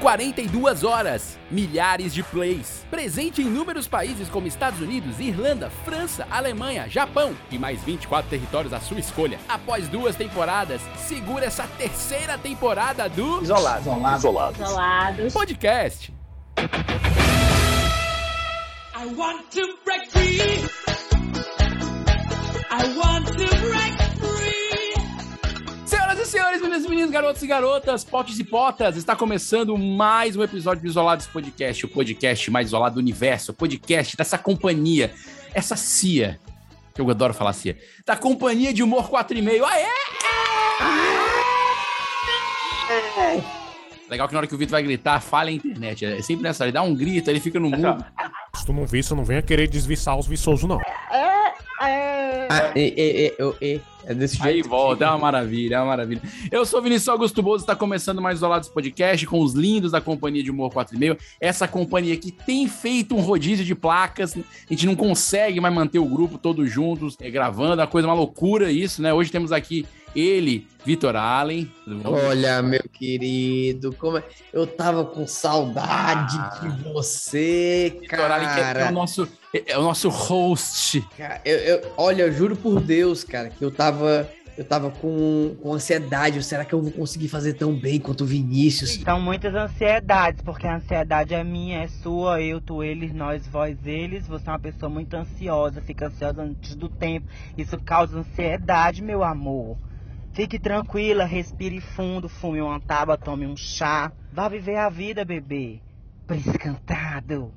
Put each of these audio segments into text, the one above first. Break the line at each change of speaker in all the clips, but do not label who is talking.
42 horas, milhares de plays. Presente em inúmeros países como Estados Unidos, Irlanda, França, Alemanha, Japão e mais 24 territórios à sua escolha. Após duas temporadas, segura essa terceira temporada do
Isolado.
Isolado.
Isolado.
Isolados.
podcast.
I want to break free. I want to break free.
Senhoras e senhores, meninas e meninos, garotos e garotas, potes e potas, está começando mais um episódio do Isolados Podcast, o podcast mais isolado do universo, o podcast dessa companhia, essa CIA, que eu adoro falar CIA, da companhia de humor 4,5. Aê! Legal que na hora que o Vitor vai gritar, fala a internet. É sempre nessa, ele dá um grito, ele fica no mundo.
Se tu não viça, não venha querer desviçar os viçosos, não.
É,
Ah, e, e, e, eu- e, é desse jeito.
Aí volta, é uma maravilha, é uma maravilha. Eu sou Vinícius Augusto Bozo, está começando mais Isolados Podcast com os lindos da Companhia de Humor 4,5. Essa companhia que tem feito um rodízio de placas, a gente não consegue mais manter o grupo todos juntos, eh, gravando, é uma coisa uma loucura isso, né? Hoje temos aqui ele, Vitor Allen.
É,
Tudo bom?
Olha, meu querido, como é- eu tava com saudade de você,
Vitor Allen Ah. que é o
cara.
nosso, é o nosso host.
Cara, eu- eu- olha, eu juro por Deus, cara, que eu tava, eu tava com, com ansiedade. Será que eu vou conseguir fazer tão bem quanto o Vinícius?
São muitas ansiedades, porque a ansiedade é minha, é sua, eu, tu, eles, nós, vós, eles. Você é uma pessoa muito ansiosa, fica ansiosa antes do tempo. Isso causa ansiedade, meu amor. Fique tranquila, respire fundo, fume uma tábua, tome um chá. Vá viver a vida, bebê. Príncipe cantado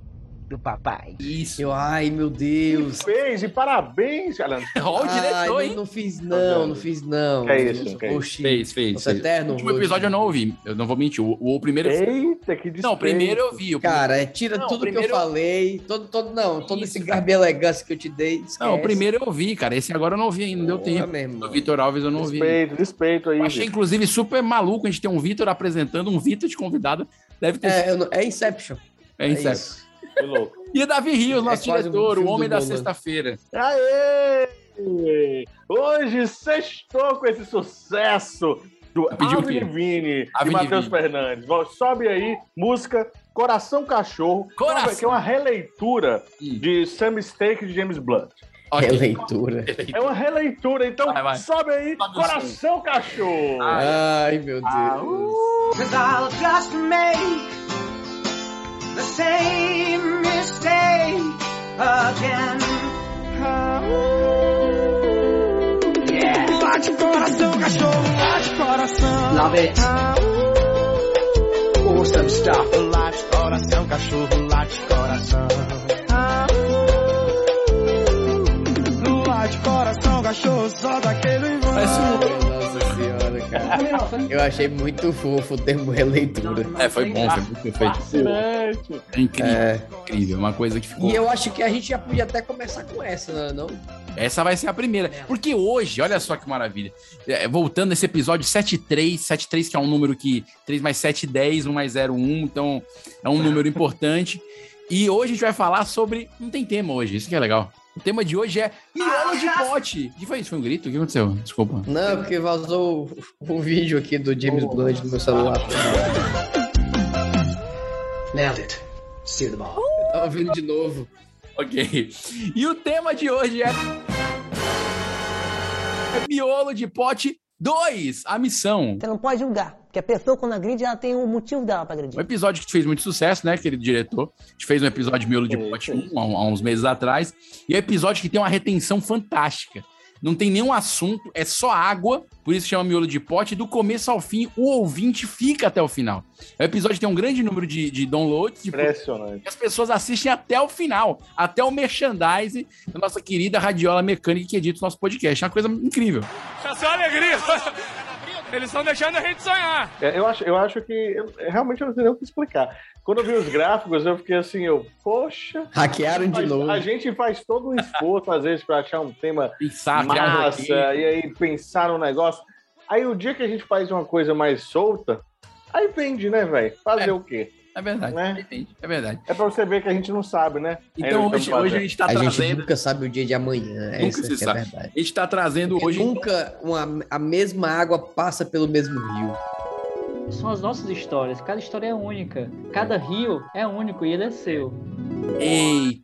do papai.
Isso.
Eu, ai, meu Deus.
Fez, e parabéns, Alan.
Ó, o
Ai,
diretor,
não,
hein?
não fiz não, não fiz não.
Tá Que é isso,
Nosso
que é isso?
roxinho,
Fez, fez.
nosso
fez. O
eterno
último episódio é eu não ouvi, eu não vou mentir. O, o primeiro.
Eita, que despeito.
Não, o primeiro eu vi. O
Cara, é, tira
Não,
tudo que
primeiro-
eu falei, todo, todo, não, todo
Isso,
esse garbo e elegância que eu te dei.
Não, o
esquece.
primeiro eu vi, cara. Esse agora eu não vi ainda, não deu
Porra,
tempo.
meu irmão.
O Vitor Alves eu não vi.
Despeito, despeito aí.
Eu achei,
gente.
inclusive, super maluco a gente ter um Vitor apresentando, um Vitor de convidado. Deve ter sido.
É, eu não- é Inception.
É,
é
incerto.
isso.
Que louco.
E o Davi Rios,
É
nosso
quase um
diretor, o
filme
homem
do
da
Nolan.
sexta-feira.
Aê! Hoje sextou com esse sucesso do
Pediu o quê?
Avni Vini e
Avni
Matheus
Vini.
Fernandes. Vó, Sobe aí, música Coração Cachorro,
Coração.
que é uma releitura
Hum.
de Sam Mistake de James Blunt.
Ok.
Releitura.
É uma releitura, então
Vai, vai.
sobe aí,
Sobe o Ah.
Coração Cachorro.
Ai, meu Deus.
Ah, uh.
Cause I'll just make the same mistake again.
Bate coração, cachorro, bate coração.
Love it.
Awesome stuff. Late coração, cachorro, late coração. Late coração, cachorro, só daquele vão.
Parece um-
Nossa senhora, cara. Eu achei muito fofo o termo releitura.
É, foi bom, foi muito perfeito.
Fascinante.
É incrível,
É.
incrível. Uma coisa que ficou.
E eu acho que a gente já podia até começar com essa, não é? não?
Essa vai ser a primeira. Porque hoje, olha só que maravilha. É, voltando nesse episódio 73, 73 que é um número que 3 mais 7, 10, 1 mais 0, 1. Então é um número importante. E hoje a gente vai falar sobre. Não tem tema hoje, isso que é legal. O tema de hoje é miolo de pote. O que foi isso? Foi um grito? O que aconteceu? Desculpa.
Não, porque vazou o, o vídeo aqui do James Blunt no meu celular. Nailed it. See the ball. Eu tava ouvindo de novo.
Ok. E o tema de hoje é. Miolo de pote 2, a missão.
Você não pode julgar, porque a pessoa quando agride, ela tem o motivo dela pra agredir.
Um episódio que fez muito sucesso, né, querido diretor? A gente fez um episódio de Miolo de Pote 1 há, há uns meses atrás. E é um episódio que tem uma retenção fantástica. Não tem nenhum assunto, é só água, por isso chama Miolo de Pote. Do começo ao fim, o ouvinte fica até o final. É um episódio que tem um grande número de, de downloads. de-
Impressionante.
e as pessoas assistem até o final, até o merchandise da nossa querida radiola mecânica que edita o nosso podcast. É uma coisa incrível.
Essa é uma alegria. Eles estão deixando a gente sonhar.
É, eu, acho, eu acho que. eu- realmente eu não sei nem o que explicar. Quando eu vi os gráficos, eu fiquei assim, eu, poxa.
Hackearam de
a-
novo.
A gente tá faz todo um esforço, às vezes, para achar um tema
Pensar, criar uma
massa,
rotina.
e aí pensar no negócio. Aí o dia que a gente faz uma coisa mais solta, aí vende, né, velho? Fazer
É.
o quê?
É verdade,
Né?
depende, é verdade.
É pra você ver que a gente não sabe, né? Ainda
Então
não
hoje,
estamos
hoje a
fazendo.
gente está
a
trazendo...
gente nunca sabe o dia de amanhã.
Nunca
é isso
se
que
sabe.
É verdade.
A
É
gente tá trazendo
Porque
hoje.
nunca uma- a mesma água passa pelo mesmo rio.
São as nossas histórias. Cada história é única. Cada rio é único e ele é seu.
Eita.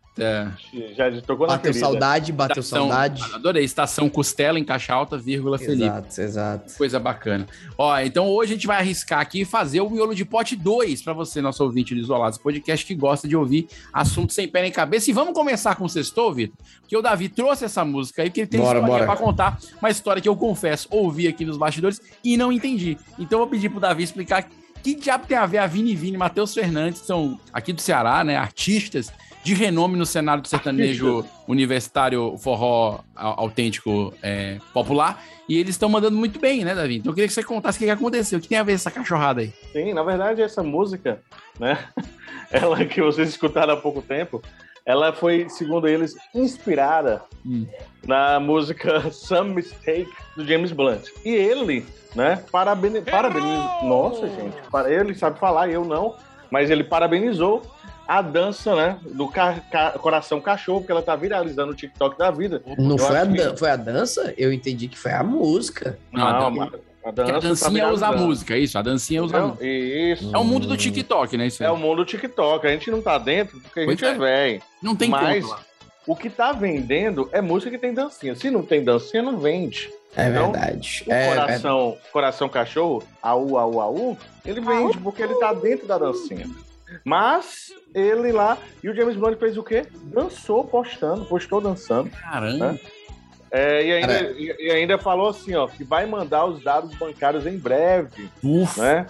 Já tocou na
Bateu
ferida.
saudade, bateu saudade.
Adorei. Estação Costela em caixa alta, vírgula
é
Felipe.
Exato, exato.
Coisa bacana. Ó, então hoje a gente vai arriscar aqui e fazer o miolo de pote 2 para você, nosso ouvinte do Isolados Podcast, que gosta de ouvir assuntos sem pé nem cabeça. E vamos começar com o Sextou, Vitor, porque o Davi trouxe essa música aí, porque ele tem
Bora,
história
bora.
pra contar, uma história que eu confesso, ouvi aqui nos bastidores e não entendi. Então eu vou pedir pro Davi explicar que diabo tem a ver a Vini Vini e Matheus Fernandes, que são aqui do Ceará, né, artistas de renome no cenário do sertanejo universitário forró au- autêntico é, popular. E eles estão mandando muito bem, né, Davi? Então eu queria que você contasse o que, que aconteceu, o que tem a ver essa cachorrada aí.
Sim, na verdade, essa música, né? Ela que vocês escutaram há pouco tempo, ela foi, segundo eles, inspirada
Hum.
na música Some Mistake do James Blunt. E ele, né, parabeni- parabenizou. Nossa, gente, para- ele sabe falar, eu não, mas ele parabenizou a dança, né, do ca- ca- Coração Cachorro, que ela tá viralizando no TikTok da vida.
Não
Eu
foi a,
acho que-
dan- foi a dança? Eu entendi que foi a música.
Não, a dan-
mas a
Porque a dancinha usa a música, é isso? A dancinha usa a música.
Isso.
É o mundo do TikTok, né? Isso aí.
Hum. É o mundo TikTok. A gente não tá dentro porque a
Pois
gente é,
é.
velho.
Não tem
Mas
como.
o que tá vendendo é música que tem dancinha. Se não tem dancinha, não vende.
É
Então,
verdade.
O
é, verdade.
coração, coração cachorro, au, au, au, ele vende porque ele tá dentro da dancinha. Mas ele lá. E o James Bond fez o quê? Dançou postando, postou dançando.
Caramba.
É, e, ainda,
Cara.
e- e ainda falou assim, ó, que vai mandar os dados bancários em breve,
Ufa.
né?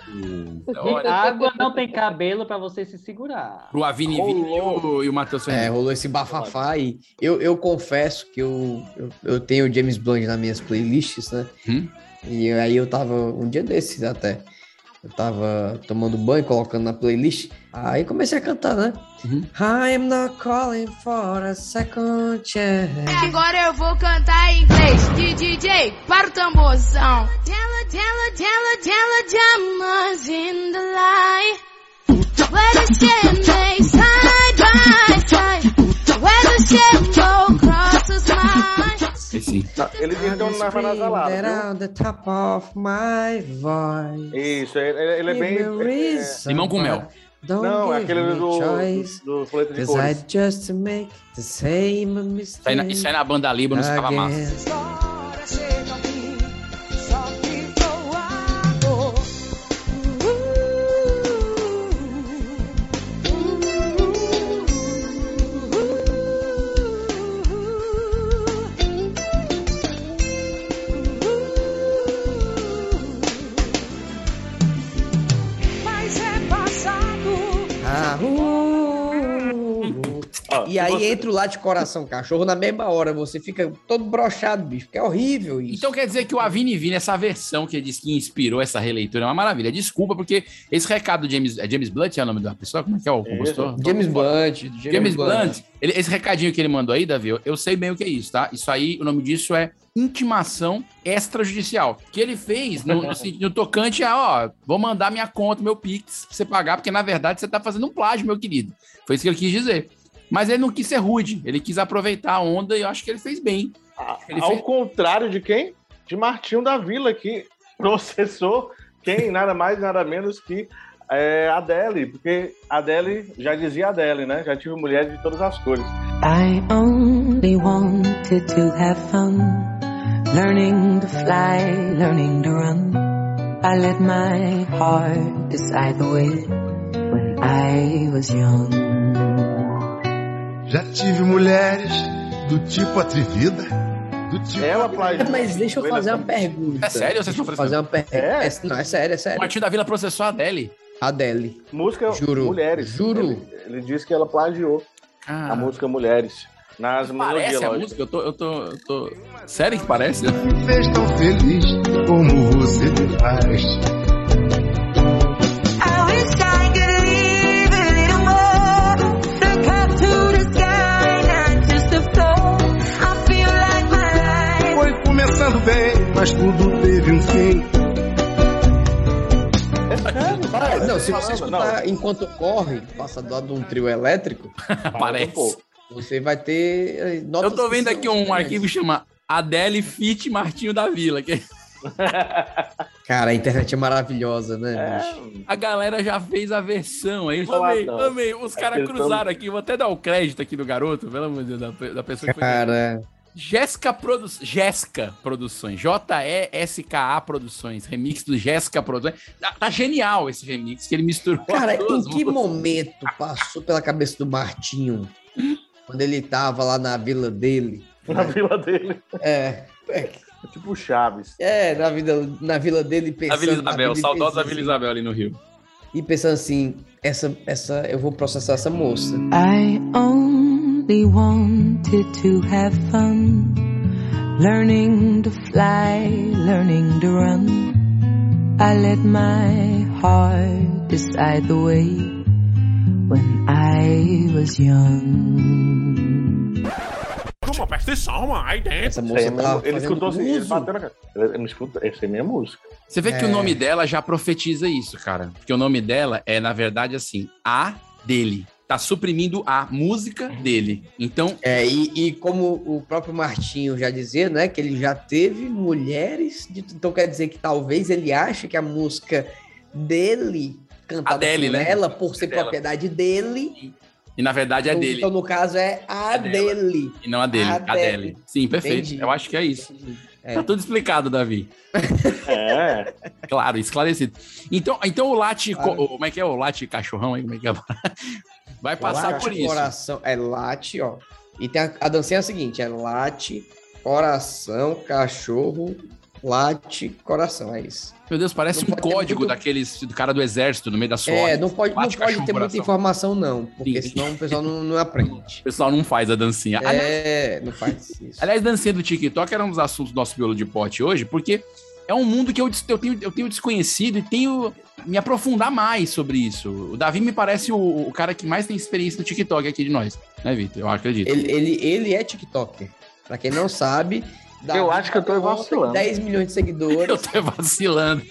Olha,
Água não tem cabelo pra você se segurar.
pro Avini Vini e o, e o Matheus
É,
Fernandes.
rolou esse bafafá aí. Eu, eu confesso que eu, eu, eu tenho James Blunt nas minhas playlists, né?
Hum.
E aí eu tava, um dia desses até, eu tava tomando banho, colocando na playlist, aí comecei a cantar, né?
Uhum.
I'm not calling for a second chance.
Agora eu vou cantar em inglês. De DJ, para o tamborzão. Dela, dela, dela, dela, diamonds in the light. Where the shit may side by side. Where the shit go crosses my...
É,
Esse-
Na- Ele então narra na salada.
around the top of my voice.
Isso, ele, ele é
Give
bem.
me
é- é-
reason
Limão com mel.
why don't
Não, é
give
aquele
me
do,
choice,
do, do Planeta de
'cause I
Cores.
just make the
Isso
same
aí, na,
mistake
isso aí na banda Líbano ficava massa.
again.
é
Ah, uh, uh.
Ó,
E
se
aí
Ah, você-
entra o lá de coração cachorro na mesma hora, você fica todo brochado, bicho, porque é horrível isso.
Então quer dizer que o Avini Vini, essa versão que ele disse que inspirou essa releitura, é uma maravilha. Desculpa, porque esse recado do James, é James Blunt é o nome da pessoa? Como é que é o compositor?
James Blunt, James,
James Blunt, ele- esse recadinho que ele mandou aí, Davi, eu, eu sei bem o que é isso, tá? Isso aí, o nome disso é intimação extrajudicial. Que ele fez no, no sentido- no tocante a, ó, vou mandar minha conta, meu Pix, pra você pagar, porque na verdade você tá fazendo um plágio, meu querido. Foi isso que ele quis dizer. Mas ele não quis ser rude, ele quis aproveitar a onda e eu acho que ele fez bem.
A-
Ele
Ao
fez-
contrário de quem? De Martinho da Vila, que processou quem? Nada mais, nada menos que é, Adele. Porque Adele, já dizia Adele, né? Já tive mulheres de todas as cores.
I only wanted to have fun, learning to fly, learning to run. I let my heart decide the way when I was young.
Já tive mulheres do tipo atrevida, do tipo.
Ela plagiou.
Mas deixa eu fazer uma pergunta.
É sério? Vocês
Deixa
estão
eu fazer uma pergunta.
É?
É? não, é sério, é
O
sério.
Martinho da Vila processou a Adele.
Adele.
Música
Juro,
Mulheres.
juro. Ah.
Ele, ele disse que ela plagiou a
Tá
música Mulheres. Nas melodias,
Parece a
lógico.
música, eu tô, eu tô, eu tô... Sério que parece?
Me fez tão feliz como você me faz.
I wish I could leave a little more. Look up to the sky, not just the floor. I feel like my life
Foi começando bem, mas tudo teve um fim.
É sério, cara.
não, se
Falando,
você escutar enquanto corre, passa do lado de um trio elétrico,
parece.
pouco.
você vai ter. eh, notas
Eu tô
que
vendo
são
aqui um
diferentes.
arquivo que chama Adele Fit Martinho da Vila. que-
Cara, a internet é maravilhosa,
É.
né?
bicho? A galera já fez a versão aí. Amei,
Boladão.
amei. Os caras
Acertamos.
cruzaram aqui. Vou até dar o crédito aqui do garoto, pelo amor de Deus, da, pe- da pessoa que foi.
Cara,
Jéssica Produ... Jéssica Produções. J-E-S-K-A Produções. Remix do Jéssica Produções. Tá, tá genial esse remix que ele misturou.
cara,
as duas
em que
músicas.
momento passou pela cabeça do Martinho quando ele tava lá na vila dele?
Na vila dele.
É. é
tipo Chaves.
É, na, vida, na vila dele
A
pensando.
Vila Isabel,
dele
saudosa
pensando
Vila Isabel ali no Rio.
assim, E pensando assim, essa, essa, eu vou processar essa moça.
I only wanted to have fun, learning to fly, learning to run. I let my heart decide the way when I was young.
Calma, presta atenção, mano. Aí dentro.
Essa
Isso aí é mesmo- ele escutou assim, ele bateu na cara. Ele ele escuta, essa aí é minha música.
Você vê que
É.
o nome dela já profetiza isso, cara. Porque o nome dela é, na verdade, assim, a dele. Tá suprimindo a música
Uhum.
dele. Então.
É, e, e como o próprio Martinho já dizia, né, que ele já teve mulheres, de- então quer dizer que talvez ele ache que a música dele, cantada
Adele,
por
né?
ela, por ser
dela.
propriedade dele,
E na verdade é
então,
dele.
então, no caso é a
dela.
dele.
E não a dele.
A
A,
dele.
dele. Sim, perfeito.
Entendi.
Eu acho que é isso.
É.
Tá tudo explicado, Davi.
É.
Claro, esclarecido. Então, então o late.
Claro.
co- o- Como é que é o late cachorrão aí? Como é que é? Vai É passar
Late,
por isso.
coração, é late, ó. E tem a, a dancinha é a seguinte, é late, coração, cachorro, late, coração, é isso.
Meu Deus, parece
Não
um
pode ter
código
muito-
daqueles do cara do exército no meio da sua.
é, não pode, não pode ter muita informação não, porque
Sim. Ah, né?
senão o pessoal não, não aprende.
O pessoal não faz a dancinha. Aliás,
É, não faz isso.
Aliás, dancinha do TikTok era um dos assuntos do nosso biolo de pote hoje, porque é um mundo que eu, des- eu tenho, eu tenho desconhecido e tenho me aprofundar mais sobre isso. O Davi me parece o, o cara que mais tem experiência no TikTok aqui de nós, né, Vitor? Eu acredito.
Ele, ele, ele é TikToker. Pra quem não sabe,
Eu acho que eu tô
Conta,
vacilando.
10 milhões de seguidores.
Eu tô vacilando.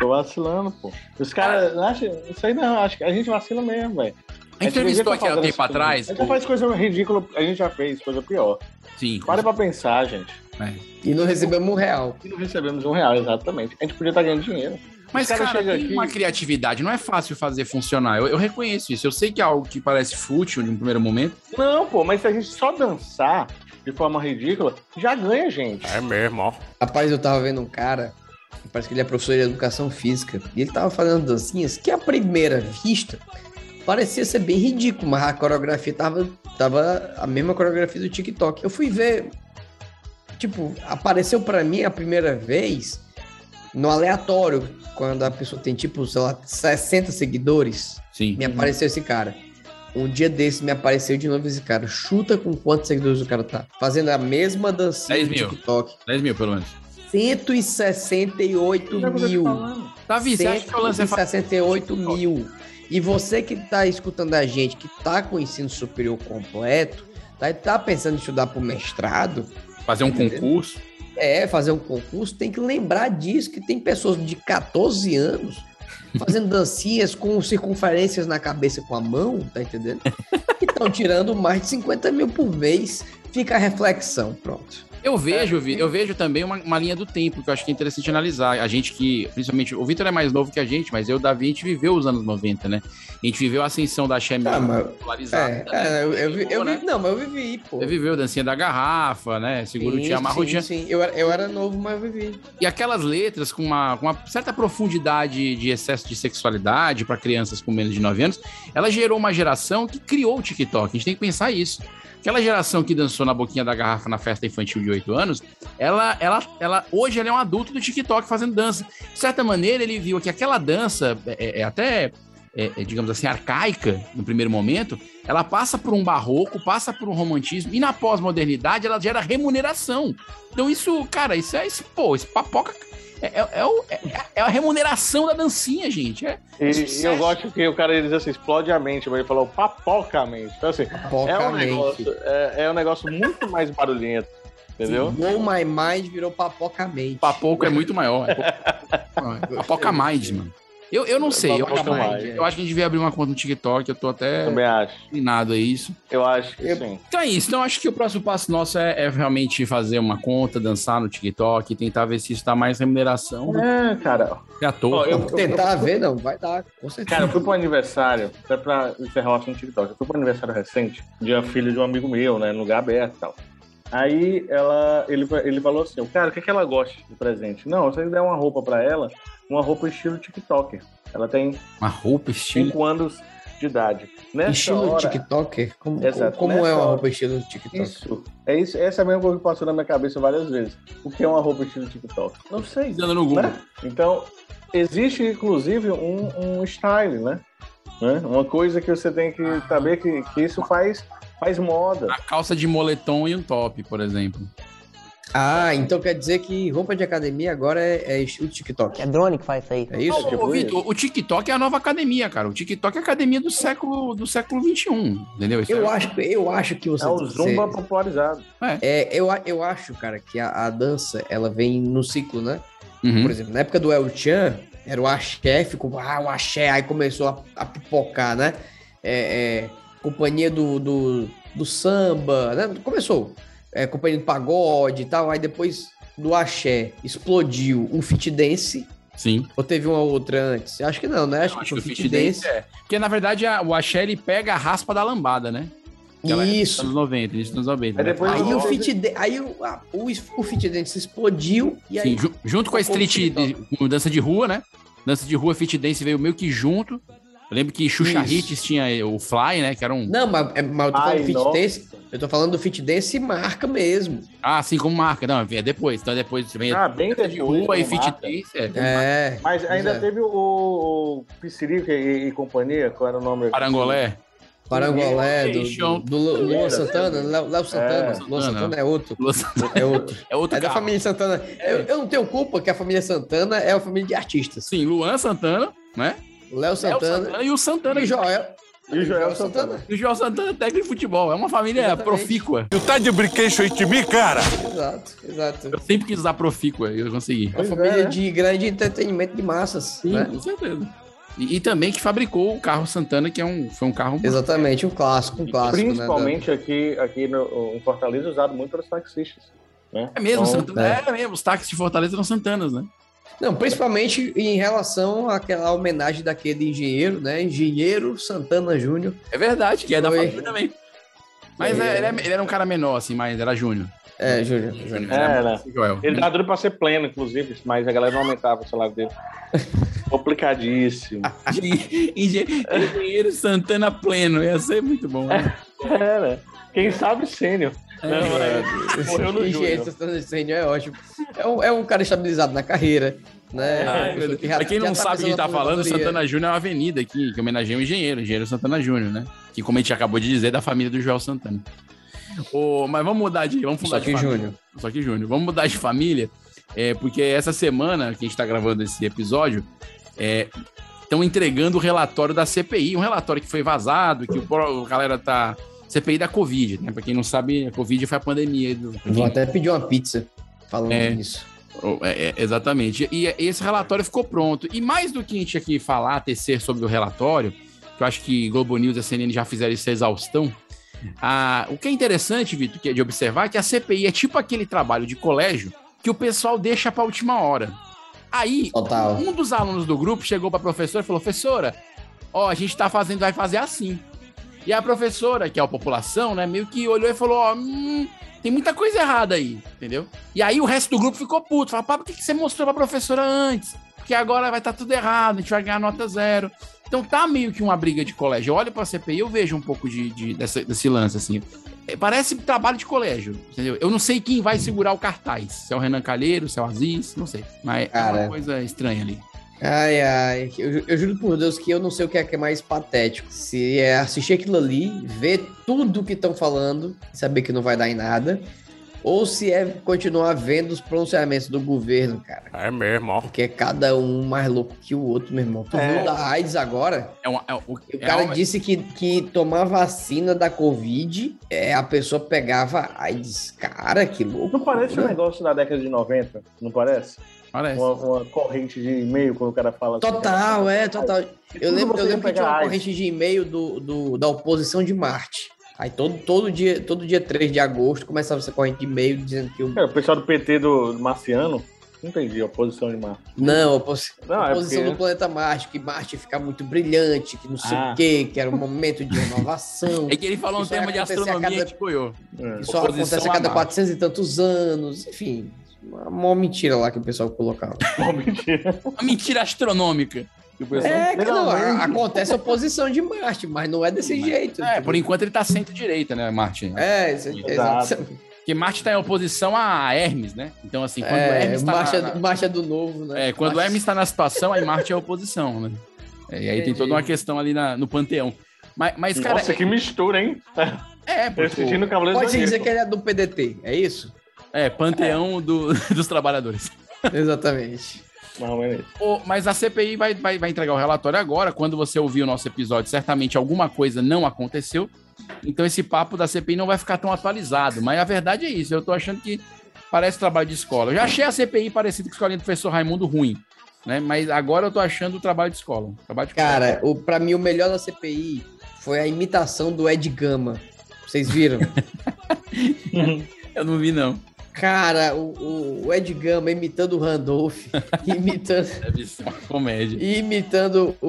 Tô vacilando, pô. Os caras, acho, isso aí não, acho que a gente vacila mesmo, velho.
A gente entrevistou aqui há um tempo atrás.
A gente já faz coisa ridícula, a gente já fez coisa pior.
Sim.
Para pra pensar, gente.
E não recebemos um real.
E não recebemos um real, exatamente. A gente podia estar ganhando dinheiro.
Mas,
Os caras
cara,
chegam
tem
aqui-
uma criatividade. Não é fácil fazer funcionar. Eu, eu reconheço isso. Eu sei que é algo que parece fútil de um primeiro momento.
Não, pô, mas se a gente só dançar de forma ridícula, já ganha, gente.
É mesmo, ó.
Rapaz, eu tava vendo um cara, parece que ele é professor de educação física, e ele tava fazendo dancinhas que à primeira vista parecia ser bem ridículo, mas a coreografia tava, tava a mesma coreografia do TikTok. Eu fui ver, tipo, apareceu pra mim a primeira vez no aleatório, quando a pessoa tem, tipo, sei lá, 60 seguidores.
Sim.
Me apareceu esse cara. Um dia desse me apareceu de novo esse cara. Chuta com quantos seguidores o cara tá. Fazendo a mesma dancinha
10
do
mil.
TikTok.
10 mil, pelo menos.
168
Já que eu tô te
mil.
falando.
Davi, você acha que o lance é fácil?
168 mil. E você que tá escutando a gente, que tá com o ensino superior completo, tá, tá pensando em estudar pro mestrado,
Fazer um concurso?
é, fazer um concurso, tem que lembrar disso, que tem pessoas de 14 anos fazendo dancinhas com circunferências na cabeça com a mão, tá entendendo? Que estão tirando mais de 50 mil por mês. Fica a reflexão, pronto.
Eu
É.
vejo, Vi- eu vejo também uma, uma linha do tempo que eu acho que é interessante analisar. A gente que, principalmente, o Vitor é mais novo que a gente, mas eu, e o Davi, a gente viveu os anos 90, né? A gente viveu a ascensão da Xé
Ah, mas-
popularizada.
É,
né?
é, eu, eu, vi- eu
Né?
vi- não, mas eu vivi, pô.
Você viveu a dancinha da garrafa, né? Seguro
Sim,
tinha amarro
sim,
tinha.
sim. Eu, era- eu era novo, mas eu vivi.
E aquelas letras com uma, com uma certa profundidade de excesso de sexualidade para crianças com menos de 9 anos, ela gerou uma geração que criou o TikTok. A gente tem que pensar isso. Aquela geração que dançou na boquinha da garrafa na festa infantil de 8 anos, ela, ela, ela hoje ela é um adulto do TikTok fazendo dança. De certa maneira, ele viu que aquela dança é, é- é até, é- é, digamos assim, arcaica no primeiro momento, ela passa por um barroco, passa por um romantismo, e na pós-modernidade ela gera remuneração. Então isso, cara, isso é isso, pô, isso papoca. É, é- é o- é- é a remuneração da dancinha, gente. É,
E, e eu gosto que o cara ele diz assim, explode a mente, mas ele falou papoca a mente. Então assim, é um
Papocamente.
negócio, é, é um negócio muito mais barulhento, entendeu?
Blow My Mind virou papocamente.
papoco é muito maior. É pouco- é papoca mind, mano. Eu, eu não sei. Eu,
Vamos
acho,
tomar.
eu acho que a gente devia abrir uma conta no TikTok. Eu tô até
Também acho.
inclinado a isso.
Eu acho que sim.
Então é isso. Então acho que o próximo passo nosso é, é realmente fazer uma conta, dançar no TikTok, tentar ver se isso dá mais remuneração do
É, cara.
que à toa.
Ó, eu-
Tentar ver, não, vai dar, com certeza.
Cara, eu fui pro aniversário, até pra encerrar o assunto do TikTok, eu fui pro aniversário recente de uma filha de um amigo meu, né, no lugar aberto e tal. Aí ela, ele, ele falou assim, cara, o que, que ela gosta de presente? Não, se você der uma roupa pra ela, uma roupa estilo TikToker. Ela tem
Uma roupa, estilo.
5 anos de idade. Nessa
estilo
hora,
TikToker? Como,
Exato,
como
nessa
é uma
hora.
roupa estilo TikTok?
Isso, é isso, essa é a mesma coisa que passou na minha cabeça várias vezes. O que é uma roupa estilo TikTok? Não sei.
Dando no Google.
né? Então, existe inclusive um, um style, né? Né? Uma coisa que você tem que saber que, que isso faz, faz moda.
Uma calça de moletom e um top, por exemplo.
Ah, então quer dizer que roupa de academia agora é, é estilo TikTok. É drone que faz isso aí. É
Ô,
isso?
ô, Vitor, o TikTok é a nova academia, cara. O TikTok é a academia do século, do século XXI, entendeu? Isso
Eu
é-
acho, eu acho que você.
É o
você-
zumba popularizado.
É, eu, a- eu acho, cara, que a, a dança, ela vem no ciclo, né?
Uhum.
Por exemplo, na época do El Chan, era o axé, ficou, ah, o axé, aí começou a, a pipocar, né? É, é, companhia do, do, do samba, né? Começou. É, companhia do pagode e tal, aí depois do axé explodiu o fit dance,
Sim.
ou teve uma outra antes? Acho que não, né?
Acho
Acho, que
que o
foi
fit dance é. Porque, na verdade, a- o axé, ele pega a raspa da lambada, né? Aquela- Dos
Isso.
anos 90, início dos anos 90.
Aí
né?
depois-
Aí
Não,
o
não.
fit, dan- aí o, a- o, es- o fit dance explodiu e aí
Sim, ju- junto com a
Ficou
street,
o
de, com dança de rua, né? Dança de rua, fit dance veio meio que junto. Eu lembro que Xuxa
Isso.
Hits tinha o Fly, né? Que era um...
Não, mas, é- mas eu tô falando
Ai,
do fit
nossa.
dance. Eu tô falando do fit dance e marca mesmo.
Ah, assim como marca. Não, é depois. Então depois vem
Ah, bem
dança de rua e
como
fit
marca.
dance. É,
É.
Mas ainda
Exato.
teve o, o Pissirica e, e companhia, qual era o nome?
Parangolé.
Parangolé, do,
Show.
do, do Lu- Luan Santana, Léo Léo Santana. Luan
Santana.
Santana é outro. É outro.
É outro
É da
carro.
família Santana. Eu, eu não tenho culpa que a família Santana é uma família de artistas.
Sim, Luan Santana, né? É
Léo
o
Santana
e o Santana.
e Joel.
E o Joel Santana.
E o João Santana é técnico de futebol. É uma família
Exatamente.
profícua.
Tu tá de brinquedo aí de mim, cara?
Exato, exato.
Eu sempre quis usar profícua e eu consegui.
Uma
Pois é,
família
né?
de grande entretenimento de massas.
Sim,
né?
com certeza. E, e também que fabricou o carro Santana, que é um, foi um carro...
Exatamente, um clássico, um clássico. né,
Principalmente aqui, aqui no, em Fortaleza, usado muito pelos taxistas. Né?
É mesmo,
Então,
Santana. É. mesmo, os táxis de Fortaleza eram Santanas, né?
Não, principalmente em relação àquela homenagem daquele engenheiro, né? Engenheiro Santana Júnior.
É verdade, que é da
Foi.
família também. Mas
É.
é, ele, é- ele era um cara menor, assim, mas era Júnior.
É, Júnior. Júnior.
Ele era
É, né?
mais que o Joel.
Ele dava duro pra ser pleno, inclusive, mas a galera não aumentava o salário dele. Complicadíssimo.
Engen- engen- Engenheiro Santana pleno, ia ser muito bom. Né?
Era. É, Quem sabe sênior. Não, é. Morreu no
Engenheiro
Júnior.
Santana Júnior é ótimo. É um, é um cara estabilizado na carreira, né?
É,
Uma pessoa que já-
pra quem
já
não
tá
sabe o que a gente tá
pensando na
falando,
aposentadoria.
Santana Júnior é uma avenida aqui, que homenageia o engenheiro, engenheiro Santana Júnior, né? Que, como a gente acabou de dizer, é da família do Joel Santana. Ô, mas vamos mudar de. Vamos mudar de
Só que
família.
Júnior.
Só que, Júnior, vamos mudar de família, é, porque essa semana que a gente tá gravando esse episódio, estão entregando o relatório da CPI, um relatório que foi vazado, que o, pro- a galera tá. CPI da Covid, né? Pra quem não sabe, a Covid foi a pandemia. Do, pra
Vou
quem-
até pedir uma pizza falando
É.
nisso.
Oh, é, é, exatamente. E esse relatório ficou pronto. E mais do que a gente aqui falar, tecer sobre o relatório, que eu acho que Globo News e a CNN já fizeram isso a exaustão. Ah, o que é interessante, Vitor, que é de observar é que a CPI é tipo aquele trabalho de colégio que o pessoal deixa pra última hora. Aí,
Total.
um dos alunos do grupo chegou pra professora e falou: professora, ó, a gente tá fazendo, vai fazer assim. E a professora, que é a população, né, meio que olhou e falou: ó, hum, tem muita coisa errada aí, entendeu? E aí o resto do grupo ficou puto. Fala, pá, por que, que você mostrou pra professora antes? Porque agora vai estar tudo errado, a gente vai ganhar nota zero. Então tá meio que uma briga de colégio. Eu olho pra CPI e eu vejo um pouco de, de- dessa- desse lance, assim. É, Parece trabalho de colégio, entendeu? Eu não sei quem vai segurar o cartaz. Se é o Renan Calheiro, se é o Aziz, não sei. Mas é
Cara.
uma coisa estranha ali.
Ai, ai. Eu, ju- eu juro por Deus que eu não sei o que é, que é mais patético. Se é assistir aquilo ali, ver tudo que estão falando, saber que não vai dar em nada. ou se é continuar vendo os pronunciamentos do governo, cara.
É mesmo, ó.
Porque é cada um mais louco que o outro, meu irmão. Tu
É.
viu da AIDS agora?
É uma- é o,
O cara
é uma-
disse que, que tomar vacina da Covid, é, a pessoa pegava AIDS. Cara, que louco. né?"
Não parece um negócio da década de 90? Não parece?
Parece.
Uma, uma corrente de e-mail quando o cara fala assim,
Total, é, total. Eu
Tudo Tipo,
lembro,
você
eu lembro
vai
que tinha uma
pegar
corrente de e-mail do, do- da oposição de Marte. Aí todo, todo, dia, todo dia 3 de agosto começava essa corrente de e-mail dizendo que o.
É, o pessoal do PT do, do Marciano, não entendi a posição de Marte.
Não, a opos-
Não,
a
é
oposição
porque-
do planeta Marte, que Marte ia ficar muito brilhante, que não sei
Ah.
o quê, que era um momento de renovação.
É que ele falou um
Isso vai
tema de
acontecer a
astronomia
cada-
que foi eu.
É.
Isso só
Oposição
acontece a cada
a Marte.
400 e tantos anos, enfim. Uma maior mentira lá que o pessoal colocava.
Bom, mentira.
Uma mentira astronômica. que o pessoal-
É, que não,
Legalmente.
né?
a- acontece a oposição de Marte, mas não é desse jeito.
É, por enquanto ele tá centro-direita, né, Marte?
É, isso-
Exato.
exato.
Porque Marte tá em oposição a Hermes, né? Então, assim, quando
É,
Hermes tá
marcha,
na- na-
marcha do novo, né?
É, quando
Marcha-
Hermes está na situação, aí Marte é a oposição, né? É, e aí tem
Entendi.
toda uma questão ali na- no panteão. Mas, mas, cara,
Nossa, que mistura, hein?
é,
Eu
porque
assistindo o Cavaleiro do
Pode se dizer que
Zodíaco.
ele é do PDT, é isso?
é panteão do- dos trabalhadores.
Exatamente.
Mais ou menos.
Ô, mas a CPI vai, vai- vai entregar o relatório agora. Quando você ouvir o nosso episódio, certamente alguma coisa não aconteceu. Então esse papo da CPI não vai ficar tão atualizado. Mas a verdade é isso. Eu tô achando que parece trabalho de escola. Eu já achei a CPI parecida com a escolinha do professor Raimundo ruim. Né? Mas agora eu tô achando o trabalho de escola. Trabalho de
Cara, o, pra mim o melhor da CPI foi a imitação do Ed Gama. Vocês viram?
escola. eu não vi, não.
Cara, o- o, o Ed Gama imitando o Randolph, imitando,
Deve ser uma comédia.
imitando o,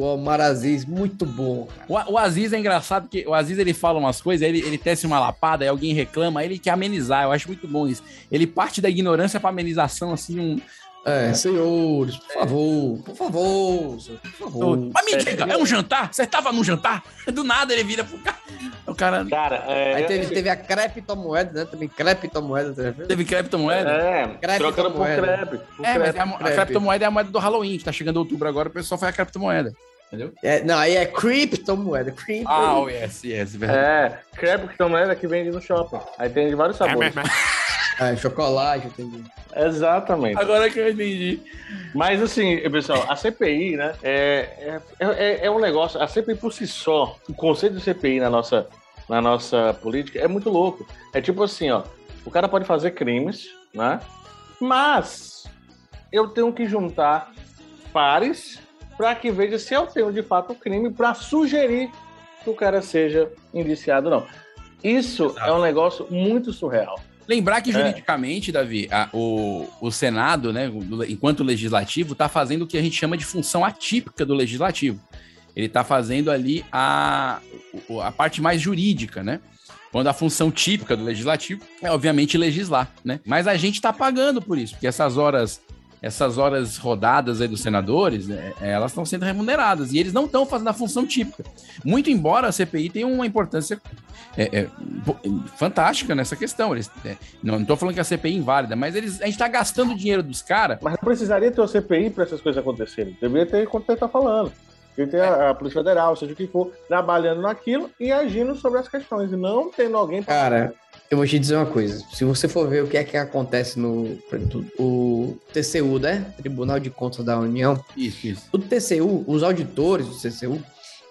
o Omar Aziz, muito bom, cara.
O, o Aziz é engraçado porque o Aziz ele fala umas coisas, aí ele, ele tece uma lapada, aí alguém reclama, aí ele quer amenizar. Eu acho muito bom isso. Ele parte da ignorância pra amenização, assim, um.
É, senhores, por favor, por favor, senhor, por favor.
Mas me diga, é um jantar? Você tava num jantar? Do nada ele vira pro cara. O cara
Cara, é.
Aí teve, teve a creptomoeda, né? Também creptomoeda, tá vendo?
teve criptomoeda.
É,
Crepe tá
trocando
com
por
moeda.
crepe. por
É, mas
crepe.
é a, mo- a
crepe.
criptomoeda é a moeda do Halloween, que tá chegando outubro agora, o pessoal faz a criptomoeda. Entendeu?
É, não, aí é criptomoeda, cripto.
Ah, oh, yes, yes, verdade.
É, crepe que também era que vende no shopping. Aí tem de
Tá
É
vários sabores.
É, chocolate, entendi.
Exatamente.
Agora que eu entendi.
Mas assim, pessoal, a CPI, né? É, é, é, é um negócio. A CPI por si só, o conceito de CPI na nossa, na nossa política é muito louco. É tipo assim, ó. O cara pode fazer crimes, né? Mas eu tenho que juntar pares para que veja se eu tenho de fato o crime para sugerir que o cara seja indiciado ou não. Isso é um negócio muito surreal.
Lembrar que
É.
juridicamente, Davi, a- o, o Senado, né, o- enquanto legislativo, está fazendo o que a gente chama de função atípica do legislativo. Ele está fazendo ali a, o- a parte mais jurídica, né? Quando a função típica do legislativo é, obviamente, legislar, né? Mas a gente está pagando por isso, porque essas horas, essas horas rodadas aí dos senadores, né, elas estão sendo remuneradas e eles não estão fazendo a função típica. Muito embora a CPI tenha uma importância é, é, bo- fantástica nessa questão. Eles, é, não, não tô falando que a CPI é inválida, mas eles, a gente tá gastando dinheiro dos caras.
Mas não precisaria ter o CPI para essas coisas acontecerem. Deveria ter quando você está falando. Tem que ter a, a Polícia Federal, seja o que for, trabalhando naquilo e agindo sobre as questões. E não tendo alguém pra.
Cara, eu vou te dizer uma coisa. Se você for ver o que é que acontece no por exemplo, o TCU, né? Tribunal de Contas da União,
Isso, isso.
o TCU, os auditores do TCU,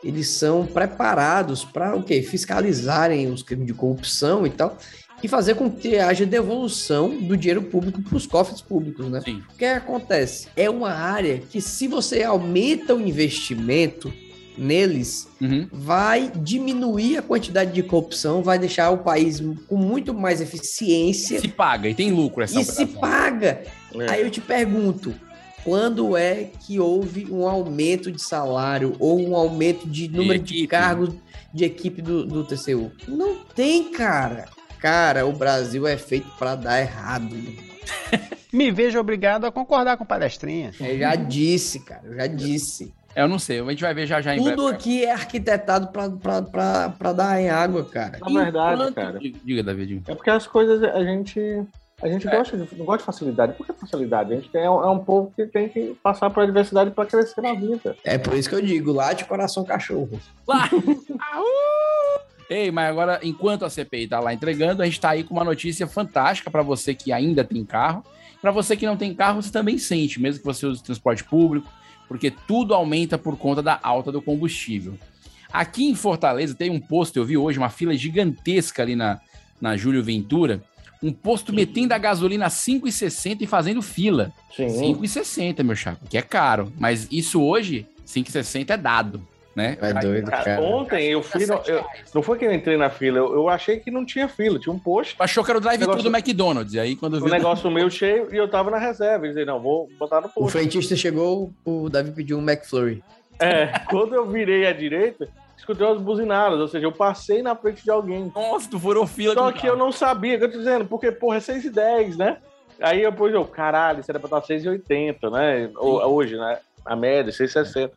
eles são preparados para o quê? Fiscalizarem os crimes de corrupção e tal, e fazer com que haja devolução do dinheiro público para os cofres públicos, né?
Sim.
O que acontece? É uma área que, se você aumenta o investimento neles,
Uhum.
vai diminuir a quantidade de corrupção, vai deixar o país com muito mais eficiência
Se paga e tem lucro essa é
e se
operação.
paga.
É.
Aí eu te pergunto, quando é que houve um aumento de salário ou um aumento de número de,
equipe.
cargos de equipe do, do TCU? Não tem, cara. Cara, o Brasil é feito para dar errado. né? mano.
Me vejo obrigado a concordar com palestrinha.
Eu já disse, cara, eu já disse.
É, Eu não sei, a gente vai ver já já Tá em
Tudo
breve.
aqui é arquitetado pra, pra, pra, pra dar em água, cara.
Na É verdade,
Enquanto-
cara.
Diga, Davidinho.
É porque as coisas a gente. A gente gosta de, não gosta de facilidade. Por que facilidade? A gente tem, é, um, é um povo que tem que passar por adversidade para crescer na vida.
É por isso que eu digo, lá de coração cachorro.
Lá! Ei, mas agora, enquanto a CPI tá lá entregando, a gente tá aí com uma notícia fantástica para você que ainda tem carro. Para você que não tem carro, você também sente, mesmo que você use transporte público, porque tudo aumenta por conta da alta do combustível. Aqui em Fortaleza tem um posto, eu vi hoje uma fila gigantesca ali na, na Júlio Ventura, um posto metendo a gasolina a 5,60 e fazendo fila.
Sim.
5,60, meu chapa, que é caro. Mas isso hoje, 5,60 é dado, né?
É doido, cara.
Ontem eu fui. no- eu- não foi que eu entrei na fila, eu, eu achei que não tinha fila, tinha um posto.
Achou que era o drive-thru
Negócio-
do McDonald's. E aí, quando
O
viu. tá
negócio meu cheio e eu tava na reserva. Eu disse, não, vou botar no
O
posto.
frentista chegou, o Davi pediu um McFlurry.
É, quando eu virei à direita, escutei umas buzinadas, ou seja, eu passei na frente de alguém.
Nossa, tu furou fila
Só
do
que eu não sabia, que eu tô dizendo, porque, porra, é 6 e 10, né? Aí depois eu, caralho, isso era pra estar 6 e 80, né? Ho- Hoje, né? A média, 6 e 60.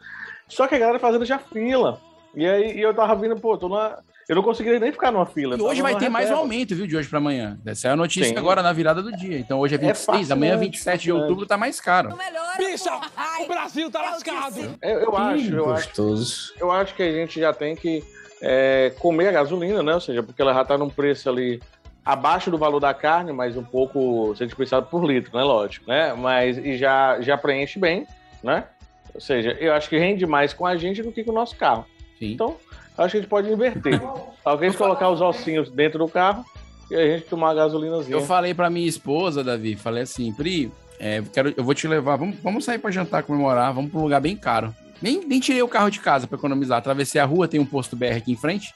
Só que a galera fazendo já fila. E aí e eu tava vindo, pô, tô na... Eu não conseguia nem ficar numa fila.
E
eu
hoje
tava
vai
numa
ter mais um
reserva.
aumento, viu, de hoje pra amanhã. Essa é a notícia
Sim.
agora na virada do dia. Então hoje é 26, amanhã é
fascinante,
27 de
fascinante.
outubro, tá mais caro.
Bicha, o Brasil tá lascado.
Eu, eu acho, eu acho.
Gostoso.
Eu acho que a gente já tem que é, comer a gasolina, né? Ou seja, porque ela já tá num preço ali abaixo do valor da carne, mas um pouco, se a gente pensar por litro, né? Lógico, né? Mas e já, já preenche bem, né? Ou seja, eu acho que rende mais com a gente do que com o nosso carro.
Sim.
Então, acho que a gente pode inverter. Alguém colocar os ossinhos dentro do carro e a gente tomar a gasolinazinha.
Eu falei pra minha esposa, Davi, falei assim, Pri, é, eu quero, eu vou te levar, vamos, vamos sair pra jantar, comemorar, vamos pra um lugar bem caro. Nem, nem tirei o carro de casa pra economizar. Atravessei a rua, tem um posto BR aqui em frente.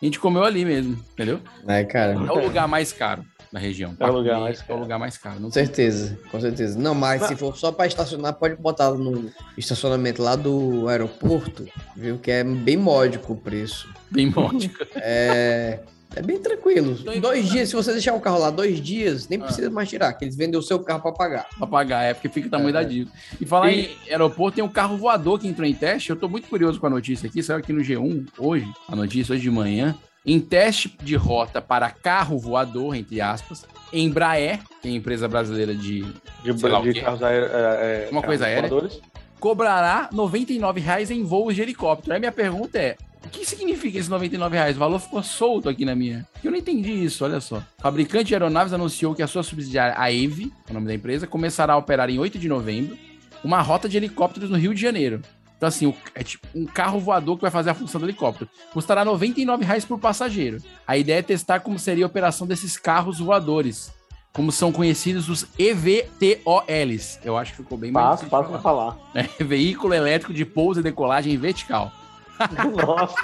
A gente comeu ali mesmo, entendeu?
Né, cara?
É o lugar mais caro da região.
É o
Pra
lugar
comer,
mais
É o
caro.
lugar mais caro. Não
Com certeza, com certeza. Não, mas se for só pra estacionar, pode botar no estacionamento lá do aeroporto, viu? Que é bem módico o preço.
bem módico.
É, é bem tranquilo.
Então, e-
Dois dias, se você deixar o carro lá dois dias, nem precisa mais tirar, que eles vendem o seu carro pra pagar.
pra pagar, é porque fica o tamanho da dívida. E falar
E-
em aeroporto, tem um carro voador que entrou em teste. Eu tô muito curioso com a notícia aqui, saiu aqui no G1 hoje, a notícia hoje de manhã. Em teste de rota para carro voador, entre aspas, Embraer, que é a empresa brasileira de.
de,
sei lá o
de
quê.
carros aéreos. é, é,
Uma coisa
carros
aérea.
voadores.
cobrará R$ 99 reais em voos de helicóptero. Aí minha pergunta é. O que significa esse R$ 99 reais? O valor ficou solto aqui na minha. Eu não entendi isso, olha só. O fabricante de aeronaves anunciou que a sua subsidiária, a AVE, o nome da empresa, começará a operar em 8 de novembro uma rota de helicópteros no Rio de Janeiro. Então, assim, o- é tipo um carro voador que vai fazer a função do helicóptero. Custará R$ 99 reais por passageiro. A ideia é testar como seria a operação desses carros voadores, como são conhecidos os EVTOLs. Eu acho que ficou bem mais
Passa,
difícil de
passa
falar.
pra falar.
É veículo elétrico de pouso e decolagem vertical.
Nossa,